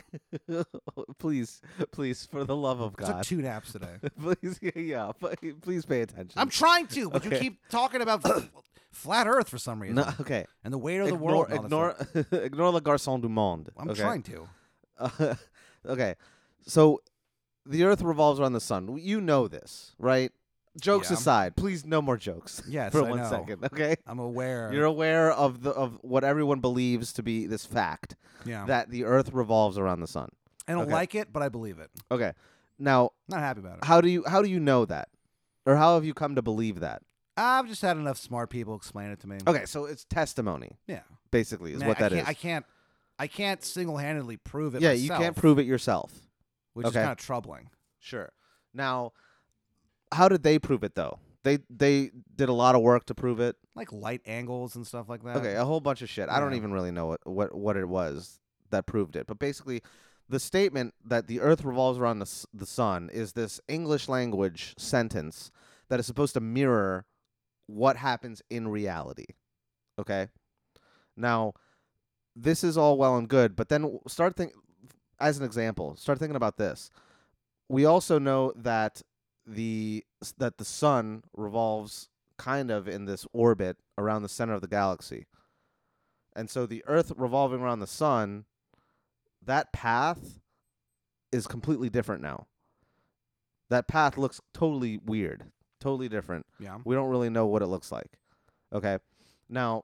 B: please, please, for the love of
C: I took
B: God.
C: two naps today.
B: Please yeah, fu- please pay attention.
C: I'm trying to, but you
B: Okay.
C: keep talking about f- flat Earth for some reason
B: no, okay.
C: and the weight of the
B: Ignore
C: world. and all that
B: ignore
C: stuff.
B: ignore the garçon du monde.
C: I'm
B: okay?
C: trying to.
B: Uh, okay. So the earth revolves around the sun. You know this, right? Jokes
C: Yeah.
B: aside, please no more jokes.
C: Yes,
B: for
C: I
B: one
C: know.
B: second, okay?
C: I'm aware.
B: You're aware of the of what everyone believes to be this fact
C: yeah,
B: that the earth revolves around the sun.
C: I don't
B: okay.
C: like it, but I believe it.
B: Okay. Now,
C: Not happy about it.
B: how do you how do you know that? Or how have you come to believe that?
C: I've just had enough smart people explain it to me.
B: Okay, so it's testimony
C: Yeah,
B: basically is
C: Man,
B: what
C: I
B: that is.
C: can't, I can't. I can't single-handedly prove it.
B: yeah, you can't
C: myself,
B: prove it yourself.
C: which
B: okay.
C: is kind of troubling.
B: Sure. Now, how did they prove it though? They they did a lot of work to prove it.
C: Like light angles and stuff like that.
B: Okay, a whole bunch of shit. I don't
C: yeah.
B: even really know what, what what it was that proved it. But basically, the statement that the Earth revolves around the s- the sun is this English language sentence that is supposed to mirror what happens in reality. Okay, now this is all well and good, but then w- start think as an example. Start thinking about this. We also know that the s- that the sun revolves kind of in this orbit around the center of the galaxy. And so the Earth revolving around the sun, that path is completely different now. That path looks totally weird, totally different.
C: Yeah.
B: We don't really know what it looks like. Okay. Now,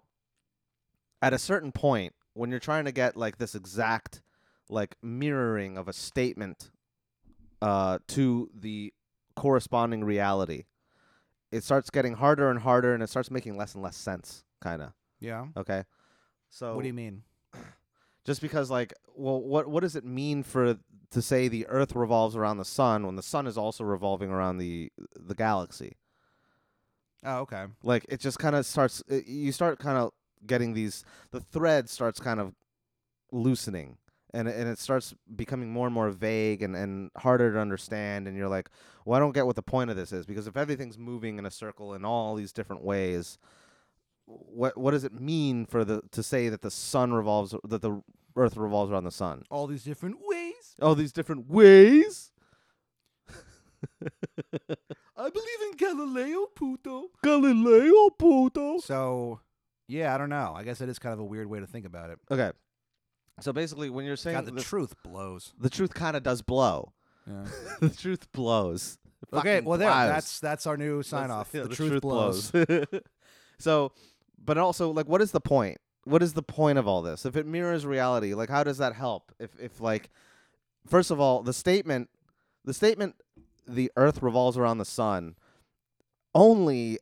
B: at a certain point, when you're trying to get like this exact like mirroring of a statement uh, to the corresponding reality, it starts getting harder and harder, and it starts making less and less sense, kind of.
C: Yeah.
B: Okay. So Oh.
C: What do you mean?
B: just because like well what what does it mean for to say the earth revolves around the sun when the sun is also revolving around the the galaxy
C: Oh, okay.
B: like it just kind of starts uh, you start kind of getting these the thread starts kind of loosening and and it starts becoming more and more vague and and harder to understand and you're like well I don't get what the point of this is because if everything's moving in a circle in all these different ways what what does it mean for the to say that the sun revolves that the earth revolves around the sun
C: All these different ways.
B: all these different ways.
C: I believe in Galileo Puto.
B: Galileo puto.
C: So, yeah, I don't know. I guess it is kind of a weird way to think about it.
B: Okay. So basically, when you're saying
C: God, the
B: this-
C: truth blows.
B: the truth kind of does blow.
C: Yeah.
B: the truth blows. It
C: okay,
B: fucking
C: well there.
B: blows.
C: That's that's our new sign
B: That's-
C: off.
B: yeah,
C: the, truth, blows.
B: blows. Mm, so, but also, like, what is the point? What is the point of all this? If it mirrors reality, like, how does that help? If, if like, first of all, the statement, the statement, the Earth revolves around the sun, only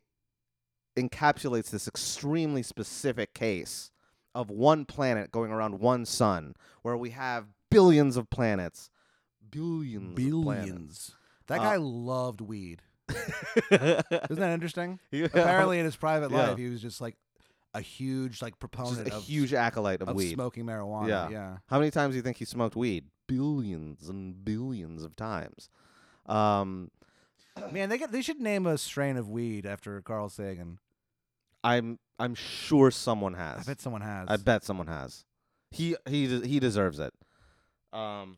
B: encapsulates this extremely specific case of one planet going around one sun, where we have billions of planets, billions, of planets.
C: Billions. That
B: Uh,
C: guy loved weed. Isn't that interesting?
B: Yeah.
C: Apparently, in his private
B: Yeah.
C: life, he was just like a huge like
B: Just
C: proponent
B: a
C: of
B: huge acolyte of,
C: of
B: weed.
C: smoking marijuana.
B: Yeah.
C: Yeah.
B: How many times do you think he smoked weed? Billions and billions of times. Um,
C: Man, they get, they should name a strain of weed after Carl Sagan.
B: I'm I'm sure someone has.
C: I bet someone has.
B: I bet someone has. He he de- he deserves it. Um,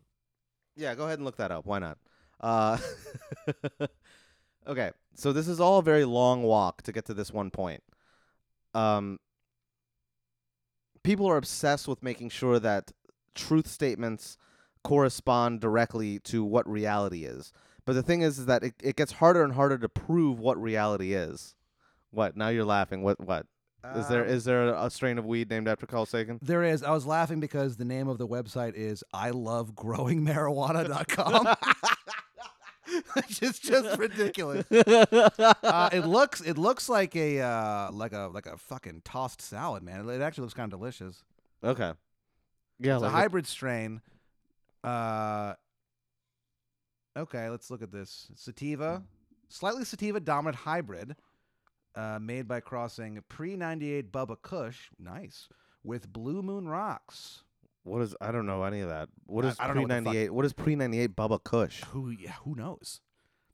B: yeah, go ahead and look that up. Why not? Uh, okay, so this is all a very long walk to get to this one point. Um, people are obsessed with making sure that truth statements correspond directly to what reality is. But the thing is, is that it, it gets harder and harder to prove what reality is. What? Now you're laughing. What? What? Is there
C: Um,
B: is there a strain of weed named after Carl Sagan?
C: There is. I was laughing because the name of the website is I love growing marijuana.com. Which is Um, just ridiculous. Uh, it looks it looks like a uh, like a like a fucking tossed salad, man. It actually looks kind of delicious.
B: okay. Yeah,
C: It's
B: like
C: a hybrid strain. Uh, okay, let's look at this. Sativa, slightly sativa dominant hybrid, uh, made by crossing pre ninety eight Bubba Kush, nice, with Blue Moon Rocks.
B: what is I don't know any of that. What
C: I-
B: is
C: I don't know
B: pre
C: what the fuck-
B: ninety eight? What is pre ninety eight Bubba Kush?
C: Who yeah, who knows?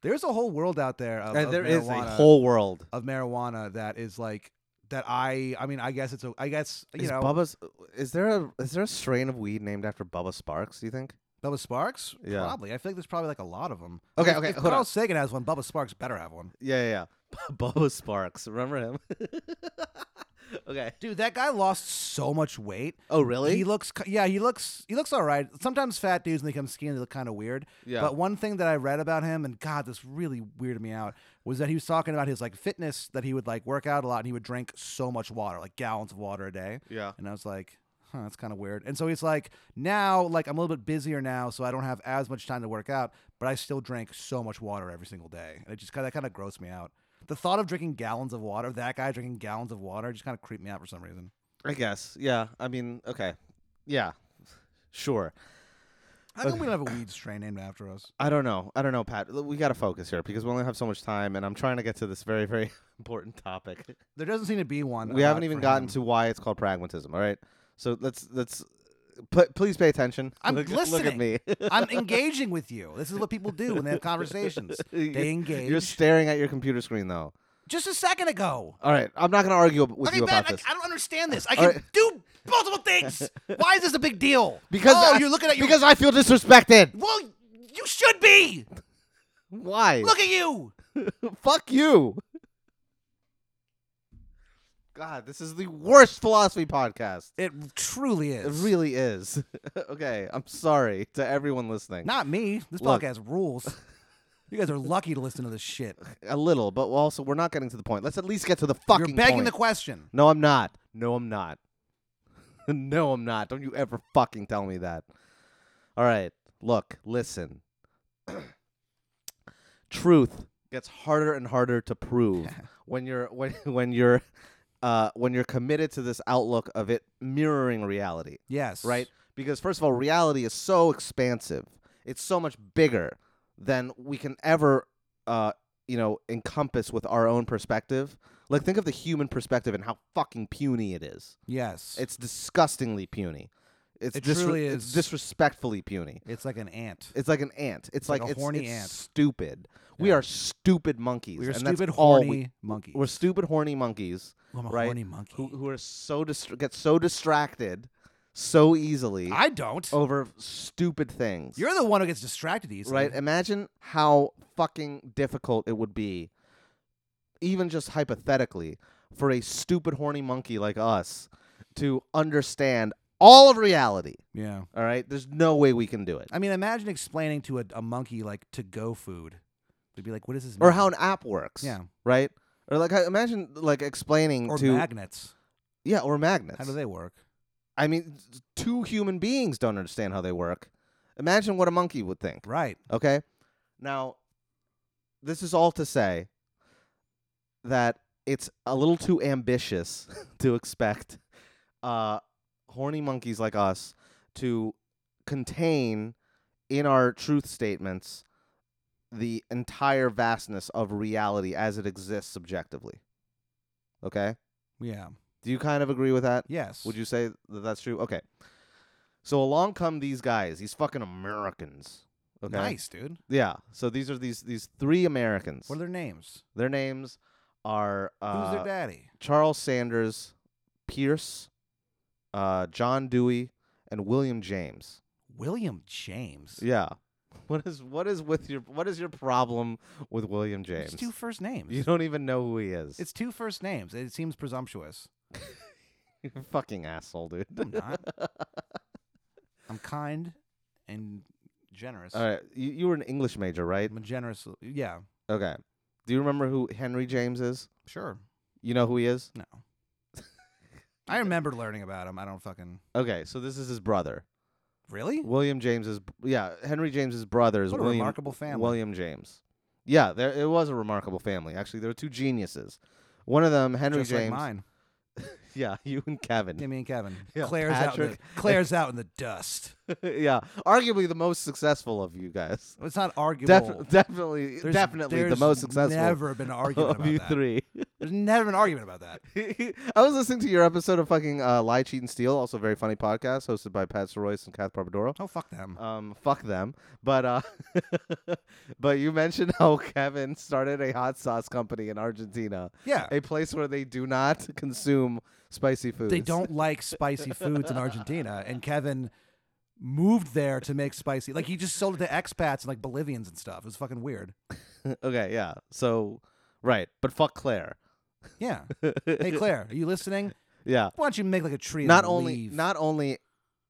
C: There's a whole world out there of,
B: Uh,
C: of
B: there is
C: marijuana,
B: a whole world.
C: of marijuana that is like that. I I mean I guess it's a I guess you
B: is
C: know
B: Bubba's is there a is there a strain of weed named after Bubba Sparks? Do you think?
C: Bubba Sparks
B: Yeah.
C: probably I feel like there's probably like a lot of them.
B: Okay,
C: if,
B: okay,
C: If
B: hold on.
C: Carl Sagan has one, Bubba Sparks better have one.
B: Yeah, yeah, yeah. Bubba Sparks. Remember him? okay.
C: Dude, that guy lost so much weight.
B: Oh, really?
C: He looks ki- yeah he looks he looks all right. Sometimes fat dudes when they come skinny they look kind of weird.
B: yeah.
C: But one thing that I read about him, and God, this really weirded me out, was that he was talking about his like fitness that he would like work out a lot and he would drink so much water, like gallons of water a day.
B: yeah.
C: And I was like, huh, that's kind of weird. And so he's like, now, like, I'm a little bit busier now, so I don't have as much time to work out, but I still drink so much water every single day. And it just kind of, that kind of grossed me out. The thought of drinking gallons of water, that guy drinking gallons of water, just kind of creeped me out for some reason.
B: I guess. Yeah. I mean, okay. Yeah. Sure.
C: How come we don't have a weed strain named after us?
B: I don't know. I don't know, Pat. L- We got to focus here because we only have so much time, and I'm trying to get to this very, very important topic.
C: There doesn't seem to be one.
B: We
C: uh,
B: haven't even
C: for
B: gotten
C: him.
B: to why it's called pragmatism. All right. So let's let's p- please pay attention.
C: I'm
B: look, Look at
C: listening.
B: me.
C: I'm engaging with you. This is what people do when they have conversations. They engage.
B: You're staring at your computer screen, though.
C: just a second ago.
B: All right. I'm not going to argue ab- with
C: Okay,
B: you
C: Ben,
B: about
C: I,
B: this.
C: I don't understand this. I
B: All
C: can
B: right.
C: do multiple things. Why is this a big deal?
B: because
C: oh,
B: I,
C: you're looking at your
B: because I feel disrespected.
C: Well, you should be.
B: Why?
C: Look at you.
B: Fuck you. God, this is the worst philosophy podcast.
C: It truly
B: It
C: is.
B: really is. okay, I'm sorry to everyone listening.
C: Not me. This
B: Look.
C: podcast rules. You guys are lucky to listen to this shit.
B: A little, but also we're not getting to the point. Let's at least get to the fucking
C: You're begging
B: point.
C: the question.
B: No, I'm not. No, I'm not. no, I'm not. Don't you ever fucking tell me that. All right. Look, listen. Truth gets harder and harder to prove when you're when when you're uh, when you're committed to this outlook of it mirroring reality,
C: Yes.
B: right? Because first of all, reality is so expansive; it's so much bigger than we can ever, uh, you know, encompass with our own perspective. Like, think of the human perspective and how fucking puny it is.
C: Yes.
B: It's disgustingly puny. It's
C: It
B: disre-
C: truly
B: it's
C: is.
B: disrespectfully puny.
C: It's like an ant.
B: It's like an ant. It's
C: like
B: like,
C: a
B: it's,
C: horny
B: it's
C: ant.
B: stupid. We
C: Yeah.
B: are stupid monkeys.
C: We're
B: and
C: stupid
B: that's all
C: horny
B: we,
C: monkey.
B: We're stupid horny monkeys
C: I'm a
B: right?
C: horny monkey.
B: who, who are so dist- get so distracted so easily
C: I don't.
B: over stupid things.
C: You're the one who gets distracted easily.
B: right. Imagine how fucking difficult it would be, even just hypothetically, for a stupid horny monkey like us to understand all of reality.
C: Yeah.
B: All right, there's no way we can do it.
C: I mean, imagine explaining to a, a monkey like to go food. They'd be like, "What is this?"
B: Or
C: mean?"
B: how an app works.
C: Yeah.
B: Right. Or like I- imagine like explaining
C: Or
B: to
C: magnets.
B: yeah or magnets.
C: How do they work?
B: I mean, s- two human beings don't understand how they work. Imagine what a monkey would think.
C: Right.
B: Okay? Now, this is all to say that it's a little too ambitious to expect uh, horny monkeys like us to contain in our truth statements the entire vastness of reality as it exists subjectively. Okay?
C: Yeah.
B: Do you kind of agree with that?
C: Yes.
B: Would you say that that's true? Okay. So along come these guys, these fucking Americans. Okay.
C: Nice, dude.
B: Yeah. So these are these these three Americans.
C: What are their names?
B: their names are
C: Who's
B: uh,
C: their daddy?
B: Charles Sanders, Pierce, uh, John Dewey, and William James.
C: William James.
B: Yeah. What is what is with your what is your problem with William James?
C: It's two first names.
B: you don't even know who he is.
C: It's two first names. It seems presumptuous.
B: you fucking asshole, dude.
C: I'm not. I'm kind and generous.
B: All right, you, you were an English major, right?
C: I'm a generous. Yeah.
B: Okay. Do you remember who Henry James is?
C: Sure.
B: You know who he is?
C: No. I remember learning about him. I don't fucking
B: Okay, so this is his brother.
C: really.
B: William James's yeah, Henry James's brother is
C: What a
B: William
C: remarkable family.
B: William James. Yeah, there it was a remarkable family. Actually, there were two geniuses. One of them, Henry
C: Just
B: James.
C: like mine.
B: Yeah, you and Kevin.
C: Timmy and Kevin.
B: Yeah,
C: Claire's out. In the,
B: Patrick.
C: Claire's out in the dust.
B: yeah, arguably the most successful of you guys.
C: It's not arguable.
B: Defi- definitely,
C: There's-
B: definitely the
C: there's
B: most successful
C: Never been an argument
B: of
C: about
B: you
C: that.
B: three.
C: There's never been an argument about that.
B: I was listening to your episode of fucking uh, Lie, Cheat, and Steal, also a very funny podcast hosted by Pat Soroyce and Kath Barbadoro.
C: Oh fuck them.
B: Um, fuck them. But uh, but you mentioned how Kevin started a hot sauce company in Argentina,
C: yeah.
B: a place where they do not consume spicy foods.
C: They don't like spicy foods in Argentina, and Kevin moved there to make spicy. Like he just sold it to expats and like Bolivians and stuff. It was fucking weird.
B: okay, yeah. So right, but fuck Claire.
C: Yeah. hey Claire, are you listening?
B: Yeah.
C: Why don't you make like a tree? and
B: Not only
C: leave?
B: not only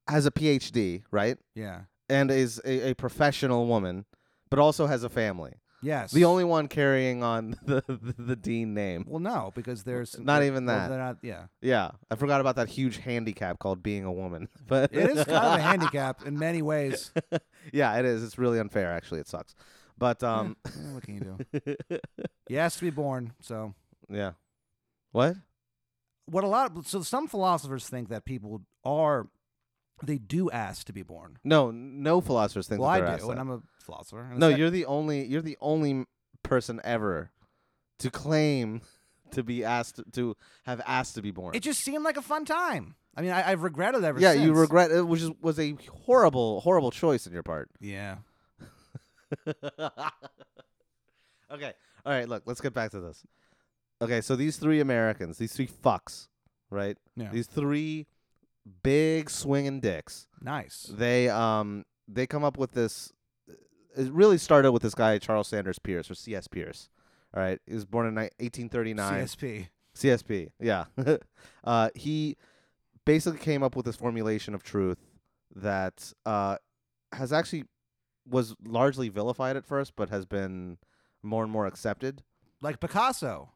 B: has a PhD, right,
C: Yeah.
B: and is a, a professional woman, but also has a family.
C: Yes.
B: The only one carrying on the the, the dean name.
C: Well, no, because there's
B: Not even
C: well,
B: that.
C: They're not. Yeah.
B: Yeah, I forgot about that huge handicap called being a woman. But
C: It is kind of a handicap in many ways. Eh,
B: yeah, it is. It's really unfair. Actually, it sucks. But um,
C: Eh, what can you do? You asked to be born, so
B: yeah. What?
C: what a lot. Of, so some philosophers think that people are, they do ask to be born.
B: No, no philosophers think.
C: Well,
B: that
C: I
B: they're
C: do,
B: asked
C: and
B: that.
C: I'm a philosopher. and
B: no,
C: it's-
B: you're the only. You're the only person ever to claim to be asked to have asked to be born.
C: It just seemed like a fun time. I mean, I, I've regretted it ever
B: yeah,
C: since.
B: you regret it, which is, was a horrible, horrible choice on your part.
C: Yeah.
B: okay. All right. Look, let's get back to this. Okay. So these three Americans, these three fucks, right?
C: Yeah.
B: These three big swinging dicks.
C: Nice.
B: They um they come up with this. It really started with this guy Charles Sanders Pierce or C.S. Pierce. All right. He was born in ni- 1839.
C: CSP.
B: CSP. Yeah. uh, he basically came up with this formulation of truth that uh, has actually was largely vilified at first, but has been more and more accepted.
C: Like Picasso.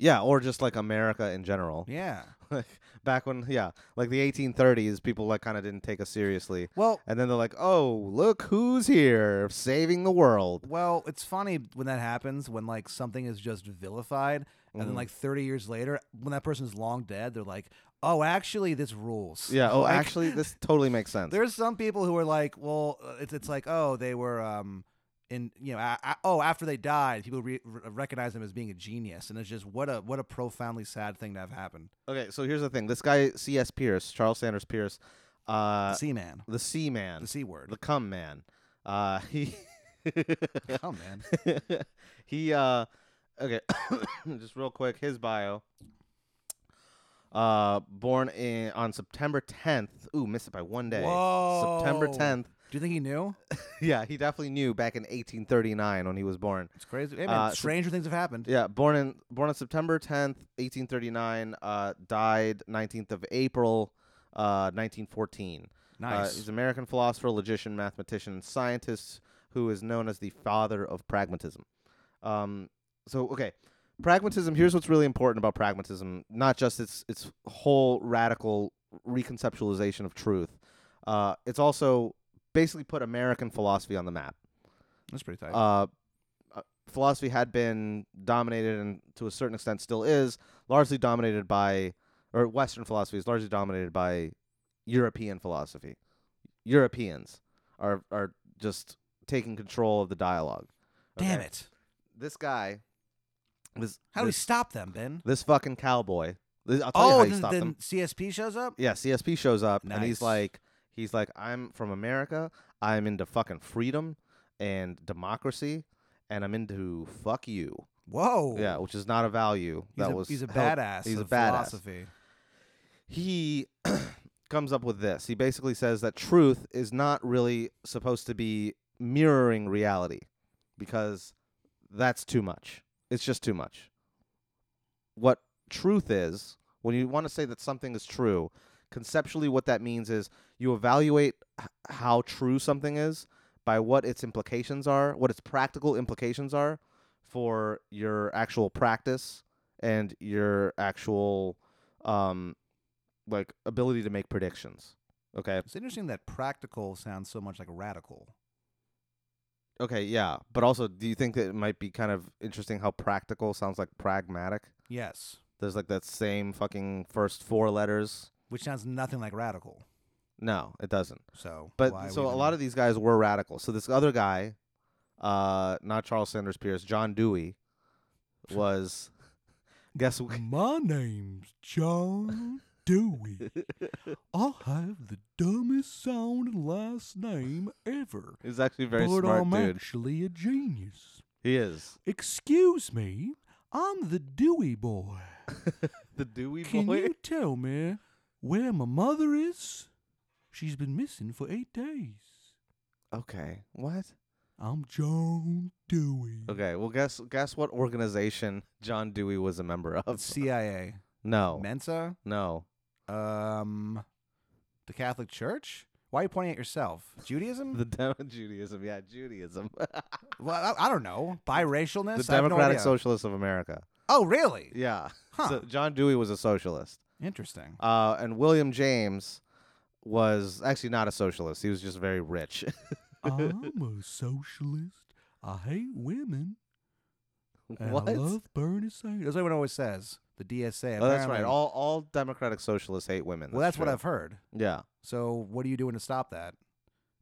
B: Yeah, or just like America in general.
C: Yeah.
B: Like back when, yeah, like the 1830s, people like kind of didn't take us seriously,
C: Well,
B: and then they're like, "Oh, look who's here, saving the world."
C: well, it's funny when that happens when like something is just vilified, and then
B: Mhm.
C: like 30 years later, when that person's long dead, they're like, "Oh, actually, this rules."
B: Yeah. Oh,
C: Like,
B: actually, this totally makes sense.
C: there's some people who are like, "Well, uh, it's it's like, oh, they were um." In you know, a a- oh, after they died, people re- re- recognize them as being a genius, and it's just what a what a profoundly sad thing to have happened.
B: Okay, so here's the thing. This guy, C.S. Pierce, Charles Sanders Pierce, uh,
C: C man,
B: the Sea Man,
C: the
B: the,
C: C word.
B: Cum Man. Uh, he,
C: Oh man,
B: he, uh, okay, just real quick, his bio. Uh, born in on September 10th. Ooh, missed it by one day. September
C: Whoa.
B: 10th.
C: Do you think he knew?
B: Yeah, he definitely knew back in 1839 when he was born.
C: It's crazy. Hey, man,
B: Uh, so-
C: stranger things have happened.
B: Yeah, born in born on September 10th, 1839. Uh, died 19th of April, uh, 1914. Uh,
C: Nice.
B: he's an American philosopher, logician, mathematician, and scientist who is known as the father of pragmatism. Um, so, okay, pragmatism. Here's what's really important about pragmatism: not just its its whole radical reconceptualization of truth. Uh, it's also basically put American philosophy on the map.
C: That's pretty tight.
B: Uh, uh, philosophy had been dominated, and to a certain extent still is, largely dominated by, or Western philosophy is largely dominated by European philosophy. Europeans are are just taking control of the dialogue.
C: Damn
B: okay?
C: it.
B: This guy, this
C: How do we
B: this,
C: stop them, Ben?
B: this fucking cowboy. This- I'll tell you
C: Oh,
B: how you
C: then,
B: stop
C: then
B: them.
C: CSP shows up?
B: Yeah, CSP shows up and
C: Nice.
B: he's like, he's like, I'm from America. I'm into fucking freedom and democracy, and I'm into fuck you.
C: Whoa.
B: Yeah, which is not a value
C: He's,
B: that
C: a,
B: was.
C: he's a
B: held-
C: badass.
B: he's a
C: of
B: badass.
C: Philosophy.
B: He comes up with this. He basically says that truth is not really supposed to be mirroring reality, because that's too much. It's just too much. What truth is, when you want to say that something is true, conceptually, what that means is you evaluate h- how true something is by what its implications are, what its practical implications are for your actual practice and your actual um like ability to make predictions. Okay.
C: It's interesting that practical sounds so much like radical.
B: Okay, yeah. But also, do you think that it might be kind of interesting how practical sounds like pragmatic?
C: Yes.
B: There's like that same fucking first four letters.
C: Which sounds nothing like radical.
B: No, it doesn't.
C: So,
B: But
C: why
B: so a lot of these guys were radical. So this other guy, uh, not Charles Sanders Pierce, John Dewey, was guess who-
C: My name's John Dewey. I have the dumbest sounding last name ever.
B: he's actually a very smart dude.
C: actually a genius.
B: He is
C: Excuse me, I'm the Dewey boy.
B: the Dewey
A: Can
B: boy.
A: you tell me where my mother is? She's been missing for eight days.
B: Okay, what?
A: I'm John Dewey.
B: Okay, well guess guess what organization John Dewey was a member of?
C: CIA.
B: No,
C: Mensa?
B: no.
C: Um, the Catholic Church? Why are you pointing at yourself? Judaism?
B: The Dem- Judaism, yeah, Judaism.
C: well, I, I don't know.
B: the
C: Biracialness? I have no
B: Democratic
C: idea.
B: Socialists of America.
C: Oh, really?
B: Yeah.
C: Huh.
B: So John Dewey was a socialist,
C: Interesting.
B: uh, and William James was actually not a socialist. He was just very rich.
A: I'm a socialist. I hate women.
C: Uh,
A: And
B: what?
A: I love Bernie Sanders.
C: That's what everyone always says. The DSA.
B: Oh, that's right.
C: apparently-
B: All all Democratic socialists hate women.
C: well, that's what
B: true.
C: I've heard.
B: Yeah.
C: So, what are you doing to stop that?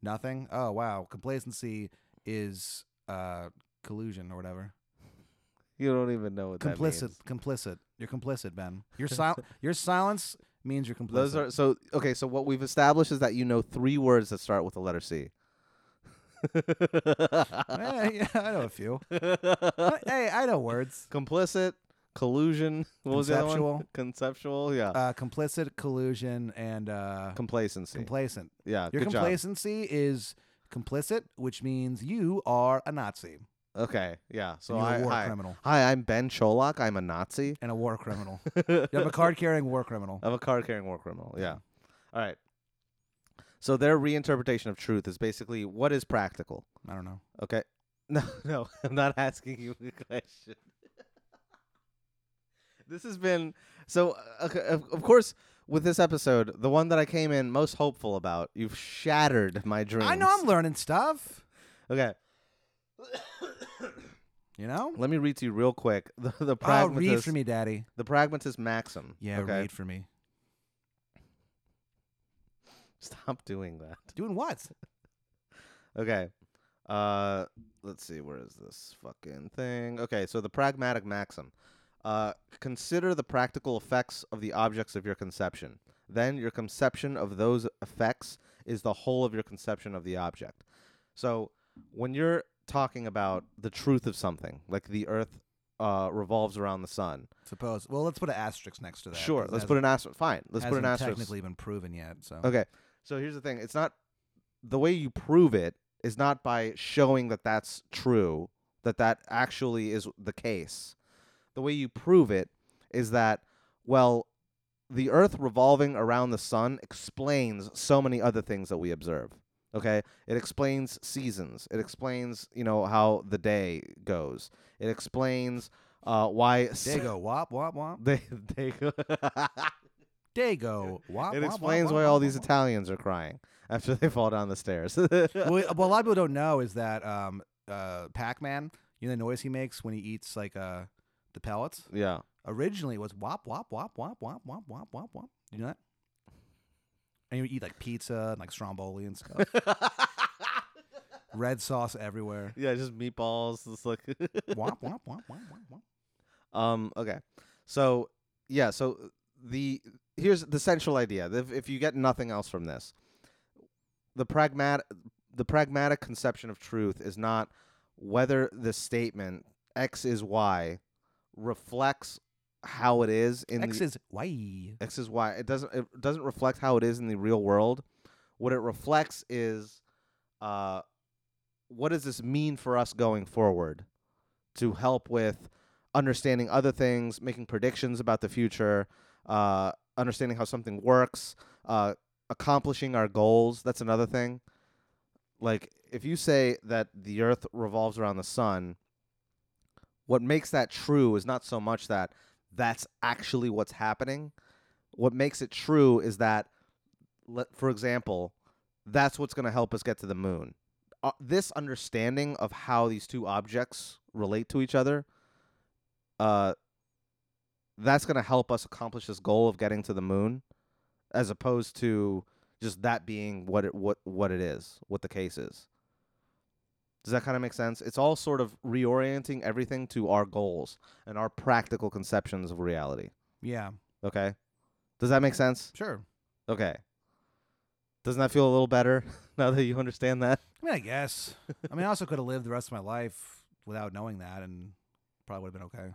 C: Nothing? Oh, wow. Complacency is uh, collusion or whatever.
B: You don't even know what that
C: complicit.
B: means.
C: Complicit. You're complicit, Ben. Your, sil- your silence means you're complicit.
B: Those are so okay. So what we've established is that you know three words that start with the letter C.
C: Eh, yeah, I know a few. hey, I know words.
B: Complicit, collusion. What was the other one? Conceptual. Yeah.
C: Uh, complicit, collusion, and uh,
B: complacency.
C: complacent.
B: yeah.
C: Your
B: Uh, good job.
C: complacency is complicit, which means you are a Nazi.
B: Okay, yeah. So
C: you're a
B: I,
C: war
B: hi,
C: criminal.
B: hi, I'm Ben Cholak. I'm a Nazi.
C: and a war criminal. you have a card carrying war criminal.
B: Of a card carrying war criminal. Yeah. All right. So their reinterpretation of truth is basically what is practical.
C: I don't know.
B: Okay. No, no, I'm not asking you the question. this has been so. uh, Okay, of, of course, with this episode, the one that I came in most hopeful about, you've shattered my dreams.
C: I know I'm learning stuff.
B: Okay,
C: You know?
B: let me read to you real quick the the
C: Oh, read
B: pragmatist
C: for me, Daddy.
B: the pragmatist maxim.
C: Yeah,
B: okay,
C: read for me.
B: stop doing that.
C: Doing what?
B: Okay. Uh let's see where is this fucking thing? Okay, so the pragmatic maxim. Uh consider the practical effects of the objects of your conception. Then your conception of those effects is the whole of your conception of the object. So when you're talking about the truth of something, like the earth uh, revolves around the sun.
C: Suppose. Well, let's put an asterisk next to that.
B: Sure,
C: 'cause
B: let's
C: it
B: put an asterisk. Fine, let's
C: hasn't-
B: put an
C: hasn't
B: asterisk.
C: Technically, been proven yet. So
B: Okay. So here's the thing. It's not the way you prove it is not by showing that that's true, that that actually is the case. The way you prove it is that well, the earth revolving around the sun explains so many other things that we observe. Okay? It explains seasons. It explains, you know, how the day goes. It explains uh, why
C: Dago, wop wop wop.
B: they they go
C: Dago, wop.
B: It
C: wop,
B: explains
C: wop,
B: why
C: wop,
B: all
C: wop,
B: these
C: wop.
B: Italians are crying after they fall down the stairs.
C: well, what a lot of people don't know is that um, uh, Pac-Man, you know the noise he makes when he eats like uh, the pellets.
B: yeah.
C: Originally was wop wop wop wop wop wop wop wop wop. You know that? And you would eat like pizza and like stromboli and stuff. Red sauce everywhere.
B: Yeah, just meatballs. Just like
C: wop wop wop wop wop wop.
B: um okay. So, yeah, so uh, the here's the central idea. If, if you get nothing else from this, the pragmatic the pragmatic conception of truth is not whether the statement x is y reflects how it is in the
C: X is Y.
B: X is Y. It doesn't it doesn't reflect how it is in the real world. What it reflects is uh what does this mean for us going forward to help with understanding other things, making predictions about the future, uh understanding how something works, uh accomplishing our goals. That's another thing. Like if you say that the earth revolves around the sun, what makes that true is not so much that that's actually what's happening what makes it true is that let, for example that's what's going to help us get to the moon uh, this understanding of how these two objects relate to each other uh, that's going to help us accomplish this goal of getting to the moon as opposed to just that being what it what what it is what the case is does that kind of make sense it's all sort of reorienting everything to our goals and our practical conceptions of reality
C: Yeah,
B: okay does that make sense
C: sure.
B: Okay. Doesn't that feel a little better now that you understand that?
C: I mean, I guess. I mean, I also could have lived the rest of my life without knowing that, and probably would have been okay.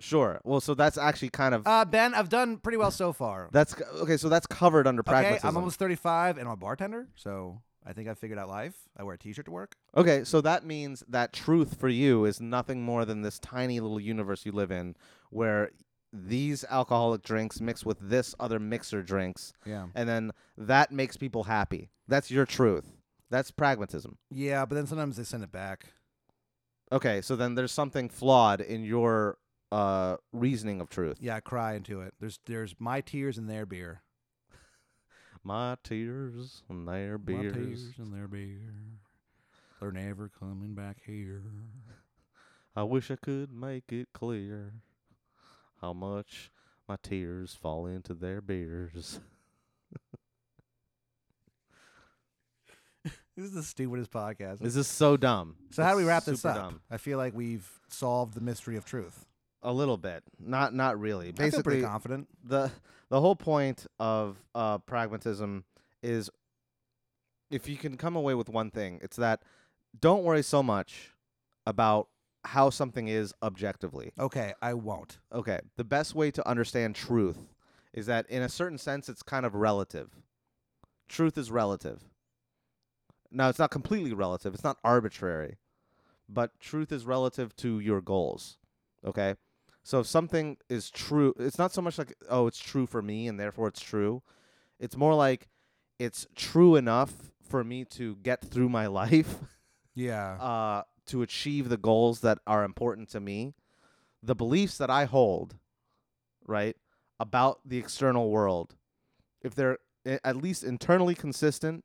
B: Sure. Well, so that's actually kind of
C: Uh, ben, I've done pretty well so far.
B: that's c- okay. So that's covered under
C: okay,
B: pragmatism.
C: I'm almost 35, and I'm a bartender, so I think I figured out life. I wear a T-shirt to work.
B: okay, so that means that truth for you is nothing more than this tiny little universe you live in, where these alcoholic drinks mix with this other mixer drinks,
C: Yeah.
B: and then that makes people happy. That's your truth. That's pragmatism.
C: Yeah, but then sometimes they send it back.
B: Okay, so then there's something flawed in your uh, reasoning of truth.
C: Yeah, I cry into it. There's there's my tears and their beer.
B: My tears and their beers.
A: and their beer. They're never coming back here.
B: I wish I could make it clear how much my tears fall into their beers.
C: This is the stupidest podcast.
B: This is so dumb.
C: so how do we
B: It's
C: wrap this
B: super
C: up?
B: dumb.
C: I feel like we've solved the mystery of truth.
B: A little bit, not not really.
C: I feel pretty
B: Basically,
C: confident.
B: the the whole point of uh, pragmatism is if you can come away with one thing, it's that don't worry so much about how something is objectively.
C: Okay, I won't.
B: okay, the best way to understand truth is that in a certain sense it's kind of relative. Truth is relative. Now it's not completely relative, it's not arbitrary. but truth is relative to your goals. Okay? So if something is true, it's not so much like, oh, it's true for me and therefore it's true. It's more like it's true enough for me to get through my life
C: Yeah.
B: uh, to achieve the goals that are important to me, the beliefs that I hold, right, about the external world, if they're i- at least internally consistent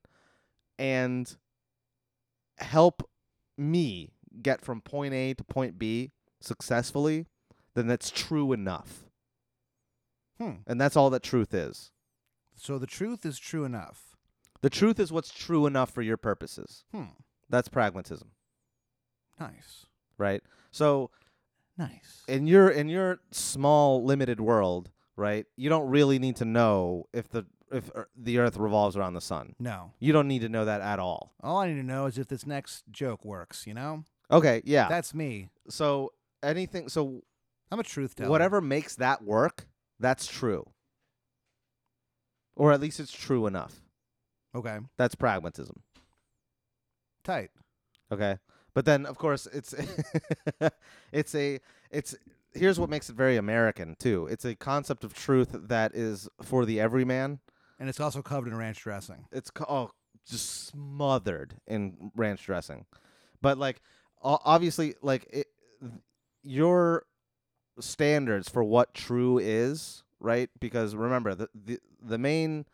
B: and help me get from point A to point B successfully, then that's true enough.
C: Hmm.
B: And that's all that truth is.
C: So the truth is true enough.
B: The truth is what's true enough for your purposes.
C: Hmm.
B: That's pragmatism,
C: Nice.
B: right? So
A: Nice.
B: in your in your small limited world, right? You don't really need to know if the if er, the Earth revolves around the sun.
C: No.
B: You don't need to know that at all.
C: All I need to know is if this next joke works, you know?
B: Okay, yeah.
C: That's me.
B: so anything, so
C: I'm a truth teller.
B: whatever makes that work, that's true, or at least it's true enough.
C: Okay.
B: That's pragmatism.
C: Tight.
B: Okay, but then of course it's it's a it's here's what makes it very American too. It's a concept of truth that is for the everyman.
C: And it's also covered in ranch dressing.
B: it's co- oh, just smothered in ranch dressing. But like o- obviously like it, th- your standards for what true is, right? Because remember the, the the main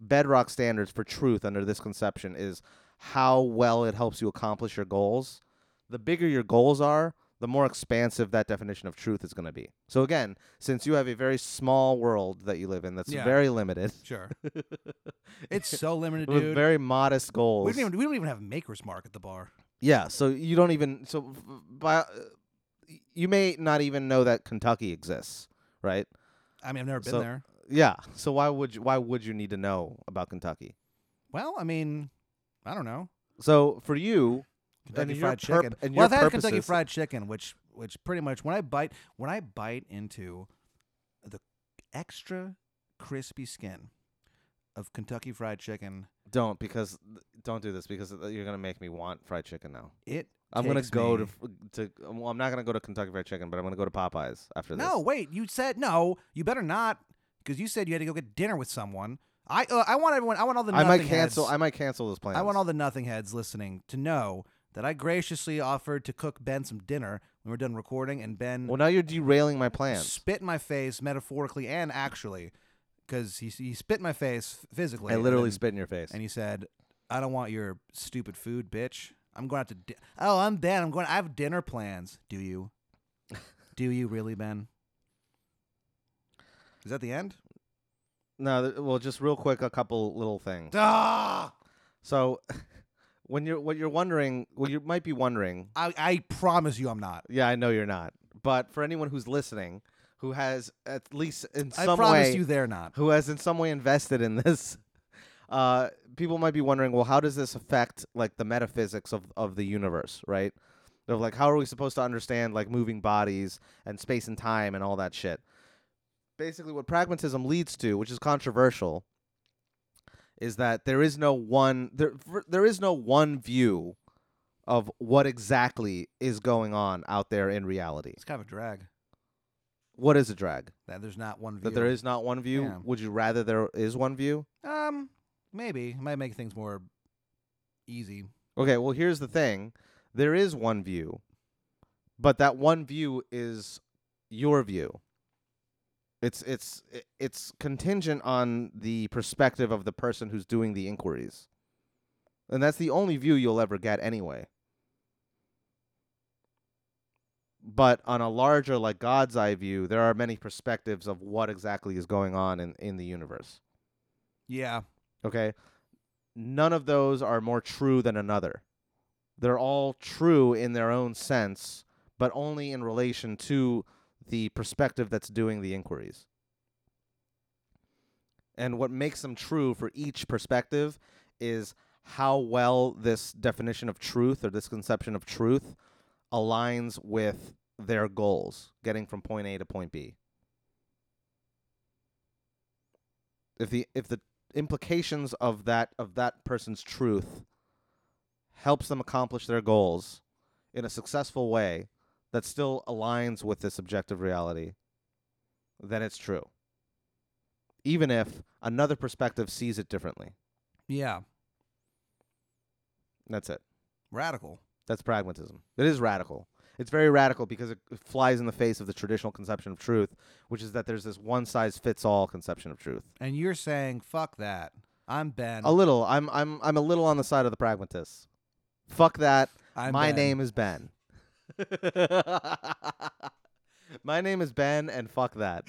B: bedrock standards for truth under this conception is how well it helps you accomplish your goals. The bigger your goals are, the more expansive that definition of truth is going to be. So again, since you have a very small world that you live in that's
C: Yeah.
B: very limited
C: Sure. it's so limited,
B: with
C: dude.
B: very modest goals.
C: we, don't even, we don't even have Maker's Mark at the bar.
B: Yeah, so you don't even so f- by uh, y- you may not even know that Kentucky exists, right?
C: I mean, I've never been
B: So-
C: there.
B: Yeah. So why would you, why would you need to know about Kentucky?
C: Well, I mean, I don't know.
B: So for you,
C: Kentucky
B: And your
C: Fried
B: purp-
C: Chicken.
B: and
C: well,
B: your
C: I've had Kentucky
B: purposes-
C: Fried Chicken, which which pretty much when I bite when I bite into the extra crispy skin of Kentucky Fried Chicken,
B: don't because don't do this because uh, you're gonna make me want fried chicken now.
C: it
B: I'm gonna
C: takes
B: go
C: me-
B: to to well, I'm not gonna go to Kentucky Fried Chicken, but I'm gonna go to Popeyes after this.
C: No, wait. You said no. You better not, because you said you had to go get dinner with someone. I uh, I want everyone. I want all the.
B: I might
C: nothing
B: cancel.
C: heads-
B: I might cancel this plan.
C: I want all the nothing heads listening to know that I graciously offered to cook Ben some dinner when we were done recording, and Ben
B: Well, now you're derailing my plans.
C: spit in my face metaphorically and actually, because he he spit in my face f- physically.
B: I
C: and
B: literally
C: then-
B: spit in your face.
C: And he said, "I don't want your stupid food, bitch. I'm going out to. Di- oh, I'm Ben. I'm going. I have dinner plans. Do you? Do you really, Ben? Is that the end?
B: No, th- well, just real quick, a couple little things.
C: Ah!
B: So, when you're what you're wondering, well, you might be wondering.
C: I I promise you, I'm not.
B: Yeah, I know you're not, but for anyone who's listening, who has at least in
C: I
B: some
C: promise
B: way,
C: you, they're not.
B: who has in some way invested in this, uh, people might be wondering, well, how does this affect like the metaphysics of of the universe, right? Of like, how are we supposed to understand like moving bodies and space and time and all that shit? Basically, what pragmatism leads to, which is controversial, is that there is no one there for, there is no one view of what exactly is going on out there in reality.
C: It's kind of a drag
B: What is a drag?
C: that there's not one view.
B: That there is not one view.
C: Yeah.
B: Would you rather there is one view?
C: Um, maybe it might make things more easy.
B: Okay, well here's the thing. There is one view, but that one view is your view. It's it's i- it's contingent on the perspective of the person who's doing the inquiries. And that's the only view you'll ever get anyway. But on a larger like God's eye view, there are many perspectives of what exactly is going on in, in the universe.
C: Yeah.
B: Okay. None of those are more true than another. They're all true in their own sense, but only in relation to the perspective that's doing the inquiries. And what makes them true for each perspective is how well this definition of truth or this conception of truth aligns with their goals, getting from point A to point B. If the if the implications of that of that person's truth helps them accomplish their goals in a successful way that still aligns with this objective reality, then it's true. Even if another perspective sees it differently.
C: Yeah.
B: That's it.
C: Radical.
B: That's pragmatism. It is radical. It's very radical because it flies in the face of the traditional conception of truth, which is that there's this one size fits all conception of truth.
C: And you're saying, fuck that. I'm Ben.
B: A little. I'm I'm I'm a little on the side of the pragmatists. Fuck that.
C: I'm
B: My
C: Ben.
B: name is Ben. My name is Ben and fuck that.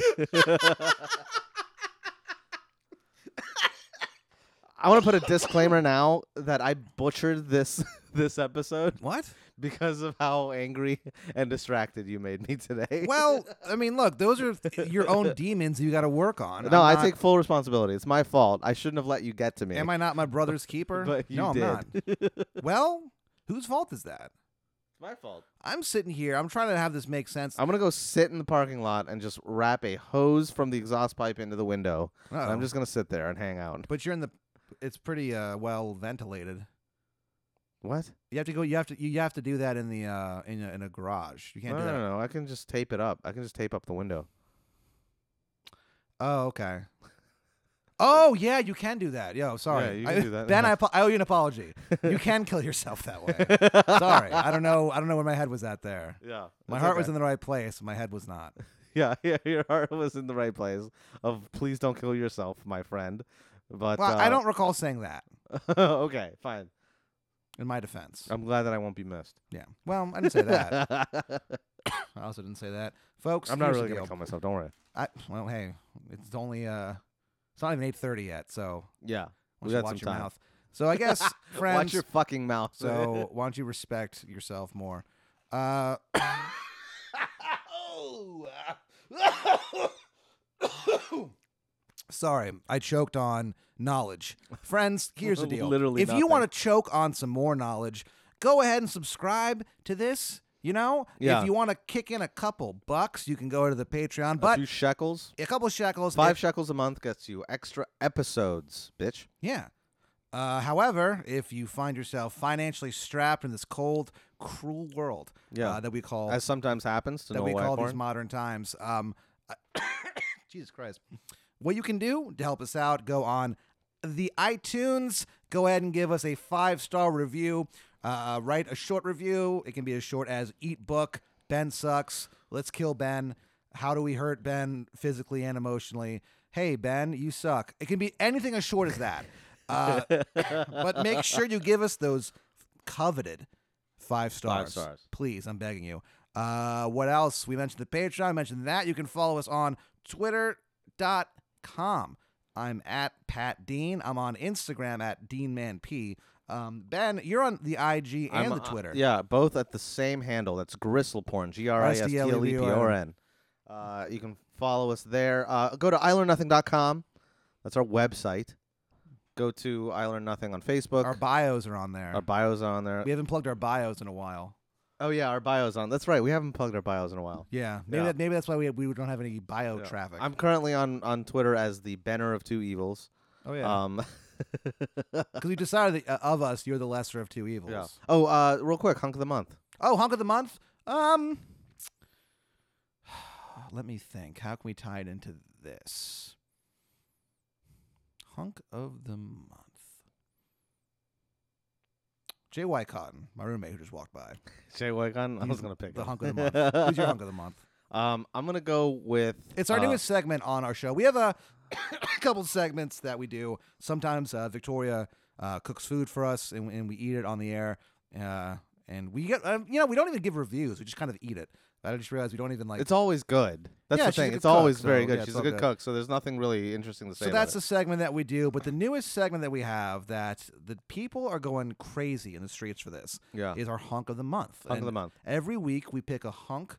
B: I want to put a disclaimer now that I butchered this this episode
C: What?
B: because of how angry and distracted you made me today.
C: Well, I mean, look, those are your own demons you got to work on.
B: no,
C: I'm
B: I
C: not-
B: take full responsibility. It's my fault. I shouldn't have let you get to me.
C: Am I not my brother's keeper?
B: But you
C: no, I'm
B: did.
C: not. Well, whose fault is that?
B: It's my fault.
C: I'm sitting here. I'm trying to have this make sense.
B: I'm gonna go sit in the parking lot and just wrap a hose from the exhaust pipe into the window. and
C: Uh-oh.
B: I'm just gonna sit there and hang out.
C: But you're in the. It's pretty uh, well ventilated.
B: What?
C: You have to go. You have to. You have to do that in the uh, in a, in a garage. You
B: I
C: can't
B: don't
C: do that.
B: know. I can just tape it up. I can just tape up the window.
C: Oh, okay. Oh yeah, you can do that. Yo, sorry.
B: you
C: I-
B: can do that.
C: Ben, I, apo- I owe you an apology. You can kill yourself that way. sorry, I don't know. I don't know where my head was at there.
B: Yeah.
C: My heart was in the right place. My head was not.
B: Yeah, yeah. Your heart was in the right place. Of please don't kill yourself, my friend. But
C: Well,
B: uh,
C: I don't recall saying that.
B: okay, fine.
C: In my defense.
B: I'm glad that I won't be missed.
C: Yeah. Well, I didn't say that. I also didn't say that, folks.
B: I'm not
C: here's
B: really
C: the
B: gonna
C: deal.
B: kill myself. Don't worry.
C: I, well, hey, it's only uh, it's not even eight thirty yet, so
B: Yeah.
C: why
B: We
C: don't you
B: got
C: watch
B: some
C: your
B: time.
C: mouth. So I guess friends.
B: Watch your fucking mouth.
C: so why don't you respect yourself more? Uh, sorry, I choked on knowledge. Friends, here's the deal.
B: Literally
C: if you want to choke on some more knowledge, go ahead and subscribe to this. You know,
B: Yeah.
C: if you want to kick in a couple bucks, you can go to the Patreon. But
B: a few shekels.
C: a couple shekels.
B: Five
C: if-
B: shekels a month gets you extra episodes, bitch.
C: yeah. Uh, however, if you find yourself financially strapped in this cold, cruel world
B: Yeah.
C: uh, that we call
B: As sometimes happens to
C: that
B: no
C: we call
B: white
C: these modern times, um, Jesus Christ, what you can do to help us out, go on the iTunes, go ahead and give us a five star review. Uh, write a short review. It can be as short as "Eat Book." Ben sucks. Let's kill Ben. How do we hurt Ben physically and emotionally? Hey Ben, you suck. It can be anything as short as that. Uh, but make sure you give us those coveted five stars.
B: stars.
C: Please, I'm begging you. Uh, what else? We mentioned the Patreon, I mentioned that. You can follow us on twitter.com. I'm at Pat Dean. I'm on Instagram at DeanManP. Um, ben, you're on the IG and
B: I'm,
C: the
B: uh,
C: Twitter.
B: yeah, both at the same handle. That's gristleporn. G R I S T L E P O R N. Uh, You can follow us there. Uh, go to ilearnnothing.com. That's our website. Go to I Learn Nothing on Facebook.
C: Our bios are on there.
B: Our bios are on there.
C: we haven't plugged our bios in a while.
B: Oh yeah, our bios on. That's right. We haven't plugged our bios in a while.
C: Yeah, maybe
B: Yeah.
C: That, maybe that's why we we don't have any bio
B: Yeah.
C: traffic.
B: I'm currently on on Twitter as the Banner of Two Evils.
C: oh yeah,
B: Um,
C: because we decided that, uh, of us, you're the lesser of two evils.
B: yeah. Oh, uh, real quick, hunk of the month.
C: Oh, hunk of the month. Um, let me think. How can we tie it into this hunk of the month? J.Y. Cotton, my roommate who just walked by.
B: Jay Wycon. I
C: He's
B: was gonna pick
C: the
B: him.
C: hunk of the month. Who's your hunk of the month?
B: Um, I'm gonna go with.
C: It's our
B: uh,
C: newest segment on our show. We have a couple segments that we do. Sometimes uh, Victoria uh, cooks food for us, and, and we eat it on the air. Uh, and we get, um, you know, we don't even give reviews. We just kind of eat it. I just realized we don't even like.
B: It's always good. That's
C: Yeah,
B: the
C: she's a
B: thing.
C: good
B: It's always
C: cook,
B: very
C: so,
B: good.
C: yeah,
B: she's
C: it's
B: a
C: all
B: good,
C: good.
B: cook, so there's nothing really interesting to say.
C: so
B: about
C: that's
B: it.
C: a segment that we do. But the newest segment that we have that the people are going crazy in the streets for this
B: yeah
C: is our hunk of the month.
B: hunk of the
C: And
B: month
C: Every week we pick a hunk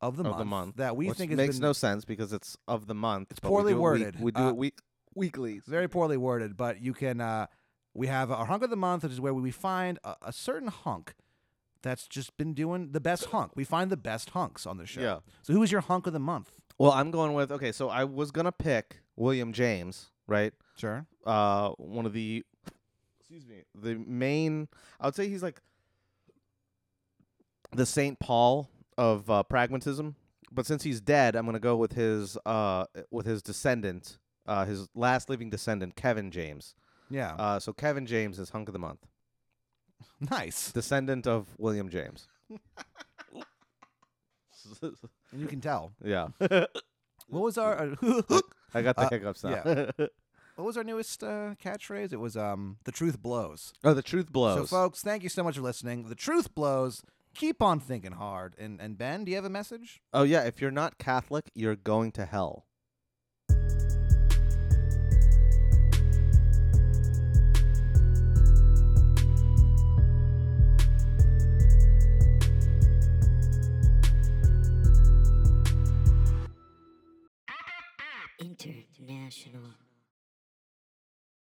C: of the,
B: of
C: month,
B: the month
C: that we
B: which
C: think has
B: makes
C: been
B: no sense because it's of the month.
C: It's
B: but we
C: poorly
B: do it week-
C: worded.
B: we do
C: Uh,
B: it week weekly.
C: It's very poorly worded, but you can. Uh, we have our hunk of the month, which is where we find a, a certain hunk that's just been doing the best hunk. We find the best hunks on the show.
B: Yeah.
C: So who is your hunk of the month?
B: Well, I'm going with okay. So I was gonna pick William James, right?
C: Sure.
B: Uh, one of the excuse me, the main. I would say he's like the Saint Paul of uh, pragmatism. But since he's dead, I'm gonna go with his uh, with his descendant, uh, his last living descendant, Kevin James.
C: Yeah.
B: Uh, so Kevin James is hunk of the month,
C: nice.
B: descendant of William James.
C: And you can tell.
B: yeah,
C: What was our
B: I got the
C: Uh,
B: hiccups now.
C: What was our newest uh, catchphrase? It was um, the truth blows.
B: oh, the truth blows.
C: So, folks, thank you so much for listening. The truth blows. Keep on thinking hard. And and Ben, do you have a message?
B: oh yeah, if you're not Catholic, you're going to hell.
D: International.